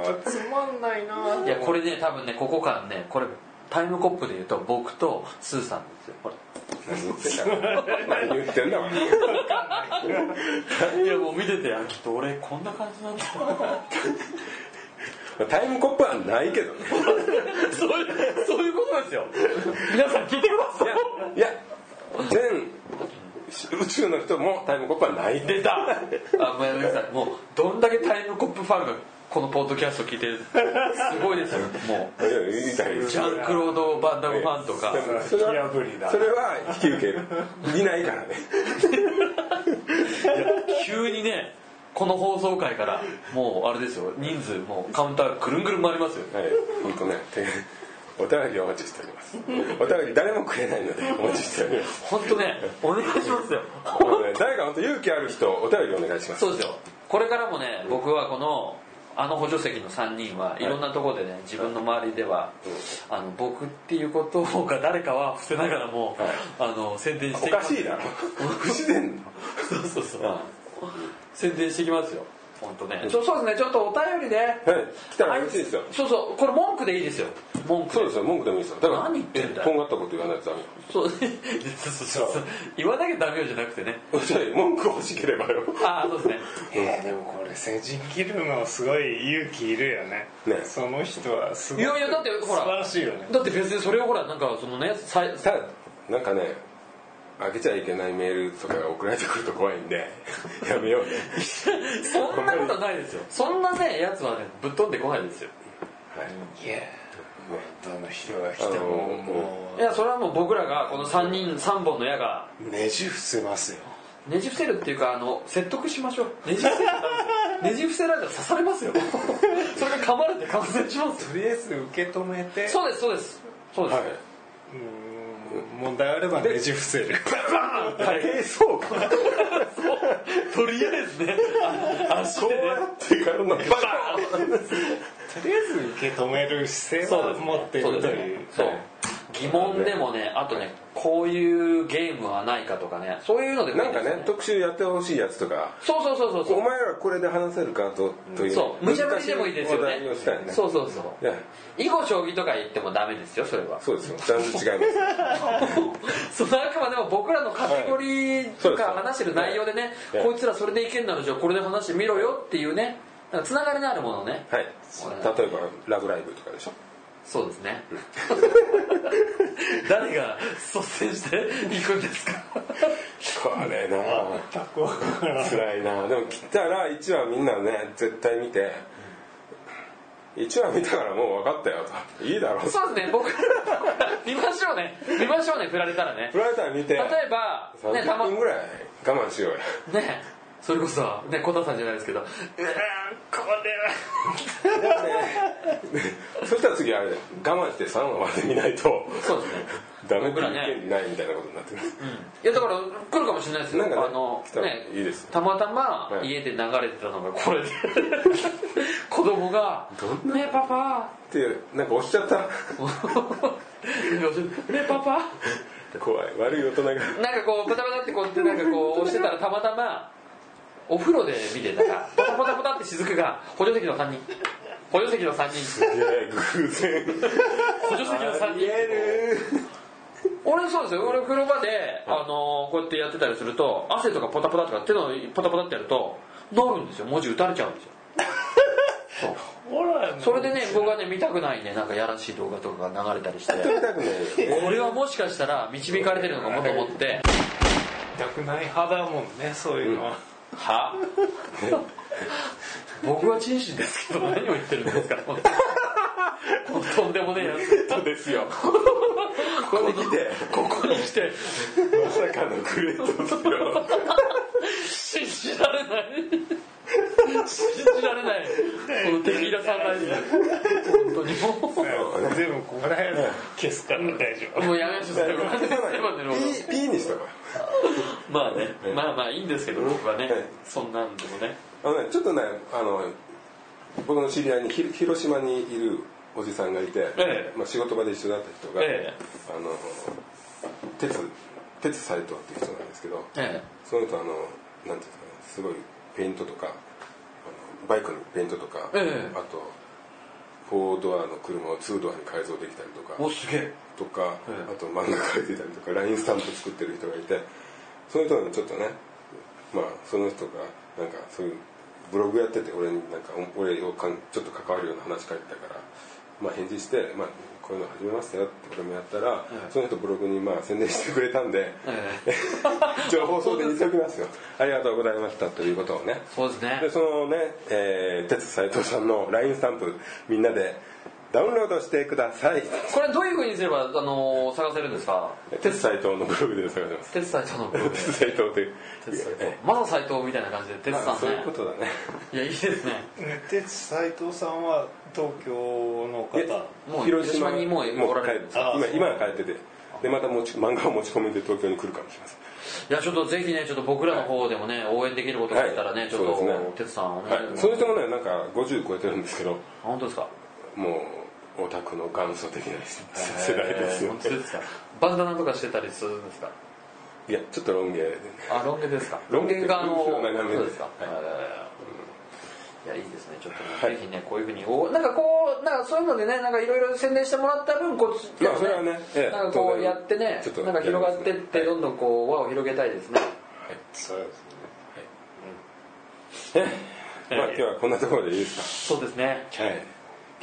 B: 画つまんないない
C: いやこれね多分ねここからねこれタイムコップで言うと僕とスーさんですよこれ
D: 何言ってんだ何言ってんだ
C: <laughs> いやもう見ててあきっと俺こんな感じ <laughs> なんだ
D: タイムコップはないけどね
C: そういうそういうことですよ皆さん聞いてください
D: いや全宇宙の人もタイムコップはない
C: 出たあごめんなさいもうどんだけタイムコップファンがこのポッドキャスト聞いてるすごいですよも
D: <laughs> いやいいじゃないう
C: ジャンクロード・バンダムファンとか
D: それは
B: 破りだ
D: それは引き受けるいないからね
C: 急にねこの放送回からもうあれですよ人数もうカウンターぐるんぐるん回りますよ
D: はい、本当ね、 <laughs> 手お便りをお待ちしております。お便り誰もくれないので、
C: <laughs>
D: お待ちしております。
C: 本当ねお願いしますよ
D: あのね誰か本当勇気ある人、お便りお願いします。
C: そうですよこれからもね僕はこのあの補助席の3人はいろんなところでね自分の周りではあの僕っていうことが誰かは伏せながらも
D: はい
C: あの宣伝し
D: お
C: ていま
D: か
C: す
D: しいだろ。不自然な。
C: そうそうそう。宣伝してきますよ。本当ね。そうそうですね。ちょっとお便りね。
D: はい、来たら嬉しいですよ。
C: そうそう。これ文句でいいですよ。文句。
D: そうですよ、文句でもいいですよ。だから、
C: 何言ってんだよ
D: えとんがったこと言わないとダメよ。
C: そう <laughs> そうそうそう。言わなきゃダメよじゃなくてね。
D: お便り文句欲しければよ。
C: ああそうですね。
B: えーでもこれ成人切るのすごい勇気いるよね
D: ね
B: その人はすご
C: い
B: い
C: やいやだってほら
B: 素晴らしいよね
C: だって別にそれをほらなんかそのねさい
D: ただ、なんかね、開けちゃいけないメールとかが送られてくると怖いんで、 <laughs> やめようね。
C: <laughs> そんなことはないですよ。そんなねやつはねぶっ飛んでこないですよ。
D: はい。
B: いやどの人が来て
D: あの
B: も
D: も
B: も
C: いやそれはもう僕らがこの3人3本の矢が
B: うねじ伏せますよ
C: ねじ伏せるっていうかあの説得しましょうねじ伏せるのダメですよねじ伏せられたら刺されます <laughs> よそれが噛まれて感染しますよ
B: とりあえず受け止めて
C: そうですそうですそうです、
D: はい。
B: うーん問題あればねじ伏せる
D: えー、そう
C: <laughs>
D: か。
C: とりあえずねあ足
D: こう
C: でね
D: やってからのバカ
B: とりあえず受け止める姿勢
C: そう
B: は
C: です
B: 持ってる
C: そう
B: と
C: です
B: いう
C: そう疑問でもねあとねこういうゲームはないかとかねそういうのでもい
D: ないん
C: で
D: か
C: すよ
D: ね特集やってほしいやつとか
C: そうそうそうそう
D: お
C: そ
D: 前らこれで話せるかとという
C: うそう無茶ぶりでもいいですよ
D: 難
C: ね
D: しい話題をしたいね
C: そうそうそう
D: いや
C: 囲碁将棋とか言ってもダメですよそれは
D: そうですよ全然違います
C: そのあくまでも僕らのカテゴリーとか
D: はい
C: 話してる内容でね、
D: そうです
C: こいつらそれでいけんならじゃあこれで話してみろよっていうねなんかつながりのあるものをね
D: はい例えば「ラブライブ」とかでしょ
C: そうで
D: <laughs>
C: すね誰が率先していくんですか
D: これなあ辛いなでも来たら1話みんなね絶対見て1話見たからもう分かったよといいだろ <laughs> う
C: そうですね僕 <laughs> ら見ましょうね見ましょうね振られたらね
D: 振られたら見て
C: 例えばねた
D: 30
C: ま
D: 分ぐらい我慢しようよ
C: ねそれこそね小田さんじゃないですけどうわーこれは
D: そしたら次あれだよ我慢して3話まで見ないと
C: そうですね
D: ダメって
C: 僕ら
D: 言
C: ね
D: 権利ないみたいなことになってくる
C: いやだから来るかもしれないですよ、
D: なんかね
C: あの
D: 来たら
C: ね
D: いいですよ
C: たまたま
D: はい
C: 家で流れてたのがこれで <laughs> 子供が「ねえパパ」 <laughs>
D: ってなんか押しちゃった
C: 「ねえパパ」
D: 怖い悪い大人が
C: なんかこうバタバタってこうやってなんかこう押してたらたまたまお風呂で見てたらポタポタポタって雫が補助席の3人補助席の3人
D: いやいや偶然
C: 補助席の3
D: 見
C: 人
D: える
C: 俺そうですよ俺風呂場で、あのーこうやってやってたりすると汗とかポタポタとか手のポタポタってやるとなるんですよ文字打たれちゃうんですよ
B: ほら
C: それでね僕はね見たくないねなんかやらしい動画とかが流れたりして
D: 見たく
C: <laughs>
D: ないよね
C: これはもしかしたら導かれてるのかもと思って
B: 痛くない派だもんねそういうのは、
C: は <laughs> 僕は陳心です <laughs> けど何を言ってるんですかこのとんでもねえやつ
D: そうですよここに来て
C: ここに来て
D: まさかのグレートですよ
C: 信じられない信じられないこのテキーラサンライズ本当にも
B: 全部ここら辺消すから大丈夫
C: うもうやめましょうそれはそ <laughs> れまでの
D: P, P にしたから
C: まあねまあまあいいんですけど僕はね
D: はい
C: そんなんでもね
D: あのねちょっとねあの僕の知り合いにひ広島にいるおじさんがいて、
C: ええ
D: まあ、仕事場で一緒だった人が、
C: ええ
D: あの鉄鉄斎藤っていう人なんですけど
C: え
D: その人あのなんていうんですかねすごいペイントとかあのバイクのペイントとか、
C: ええ
D: あとフォードアの車をツードアに改造できたりとか
C: えすげえ
D: とか、
C: ええ
D: あと漫画描いてたりとか LINE スタンプ作ってる人がいてその人にちょっとねまあその人がなんかそういうブログやってて俺になんか俺をかんちょっと関わるような話書いてたから、まあ、返事して、まあ、こういうの始めましたよって俺もやったら、その人ブログにまあ宣伝してくれたんで、
C: え
D: <laughs> 情報送でにしておきますよありがとうございましたということをね
C: そうですね
D: でそのね、えー、哲斎藤さんの LINE スタンプみんなでダウンロードしてください
C: これどういうふうにすれば、あのー探せるんですか
D: 鉄斎藤のブログで探せます
C: 鉄斎藤のブログ
D: 鉄斎藤という
C: 鉄斎藤まだ斎藤みたいな感じで鉄さん
D: まあ
C: ね
D: そういうことだね
C: いやいいですね
B: 鉄斎藤さんは東京の
D: い
B: 方
D: や
C: もう広島にもうおられるんです
B: か
D: 帰って今今は帰っててでまた持ち漫画を持ち込みで東京に来るかもしれません
C: いやちょっとぜひねちょっと僕らの方でもね応援できることがあったらね、
D: はい
C: ちょ
D: そ
C: っ
D: う
C: と、
D: ですね
C: 鉄さんお願い
D: はい、その人もねなんか50超えてるんですけど
C: あ本
D: <laughs>
C: 当ですか
D: もうオタクの元祖的な世代です
C: えー
D: よ
C: 本当ですかバンダナとかしてたりするんですか
D: いやちょっとロン毛で
C: あロン毛ですか
D: ロン毛
C: があの
D: ロン毛長めです
C: そうですか、
D: はい
C: いやいいですねちょっとね、
D: はい
C: ぜひねこういうふうにおなんかこうなんかそういうのでねなんかいろいろ宣伝してもらった分こっち
D: まあそれはねええ
C: なんかこ
D: 当然
C: うやってね
D: ちょっと
C: なんか広がってっ
D: は
C: て
D: い
C: どんどんこう輪を広げたいですね
B: そうですね
D: まあ今日はこんなところでいいです
C: そうですね
D: かはい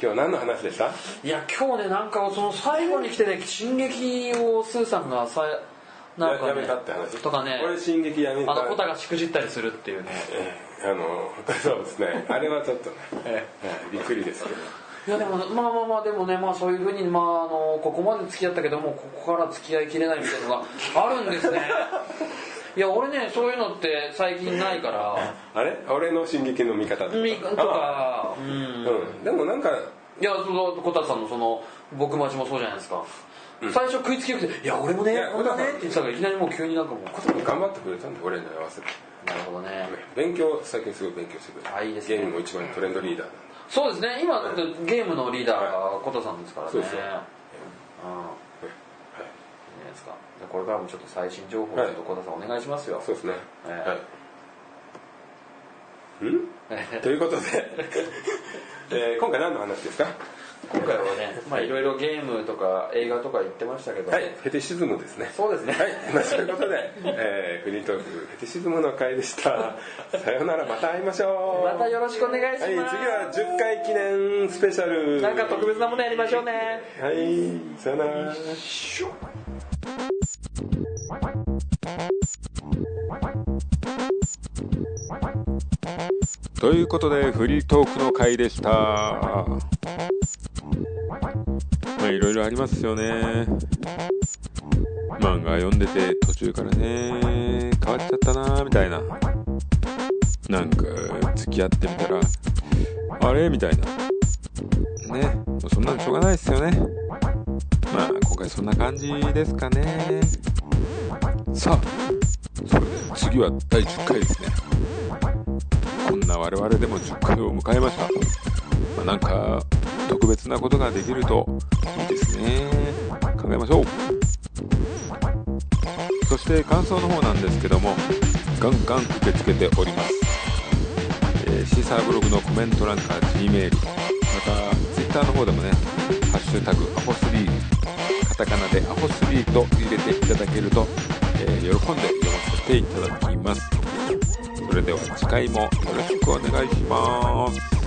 D: 今日は何の話でした
C: いや今日ねなんかその最後に来てね「進撃」をスーさんがさなんか、ね、
D: ややめたって話
C: とかね
D: 俺進撃やめた
C: あのコタがしくじったりするっていうね
D: ええあのそうですねあれはちょっとね、
C: え
D: はいびっくりですけど
C: いやでもまあまあまあでもねまあそういうふうにまああのここまで付き合ったけどもここから付き合いきれないみたいなのがあるんで
D: <laughs>
C: すねいや俺ねそういうのって最近ないから
D: あれ俺の進撃の見方
C: みとかう
D: うんんでもなんか
C: いやそのコタさんのその僕待ちもそうじゃないですか、最初食いつきよくて「いや俺も
D: い
C: ね
D: や
C: 俺もね」って言ってたからいきなりもう急になんかもう
D: 子供頑張ってくれたんで俺に合わせて
C: なるほどね
D: 勉強最近すごい勉強してくれた
C: あいいですね
D: ゲームも一番トレンドリーダーだ
C: そうですね今だってゲームのリーダーがコタさんですからね
D: そうですよ
C: うんいいじゃないですかでこれからもちょっと最新情報をちょ
D: はい
C: っとコタさんお願いしますよ
D: そうですね、
C: ええ
D: はいんということで、えー今回何の話ですか
C: 今回はねまあいろいろゲームとか映画とか言ってましたけど、
D: はい、フェティシズムですね。
C: そうですね
D: はい、まあそういうことで、えー、フリートークフェティシズムの回でした。さようなら、また会いましょう。
C: <laughs> またよろしくお願いしま
D: はい、
C: す、
D: 次は10回記念スペシャル。
C: なんか特別なものやりましょうね
D: はい、さようなら。
A: ということでフリートークの回でしたまあいろいろありますよね漫画読んでて途中からね変わっちゃったなみたいななんか付き合ってみたらあれみたいなねもうそんなのしょうがないですよねまあ今回そんな感じですかねさあそれで次は第10回ですねこんな我々でも10回を迎えました、まあなんか特別なことができるといいですね考えましょうそして感想の方なんですけどもガンガン受け付けております、えーシーサーブログのコメント欄から G メールまた Twitter の方でもね「ハッシュタグアホスリー」カタカナで「アホスリー」と入れていただけると、えー喜んで読ませていただきますそれでは次回もよろしくお願いします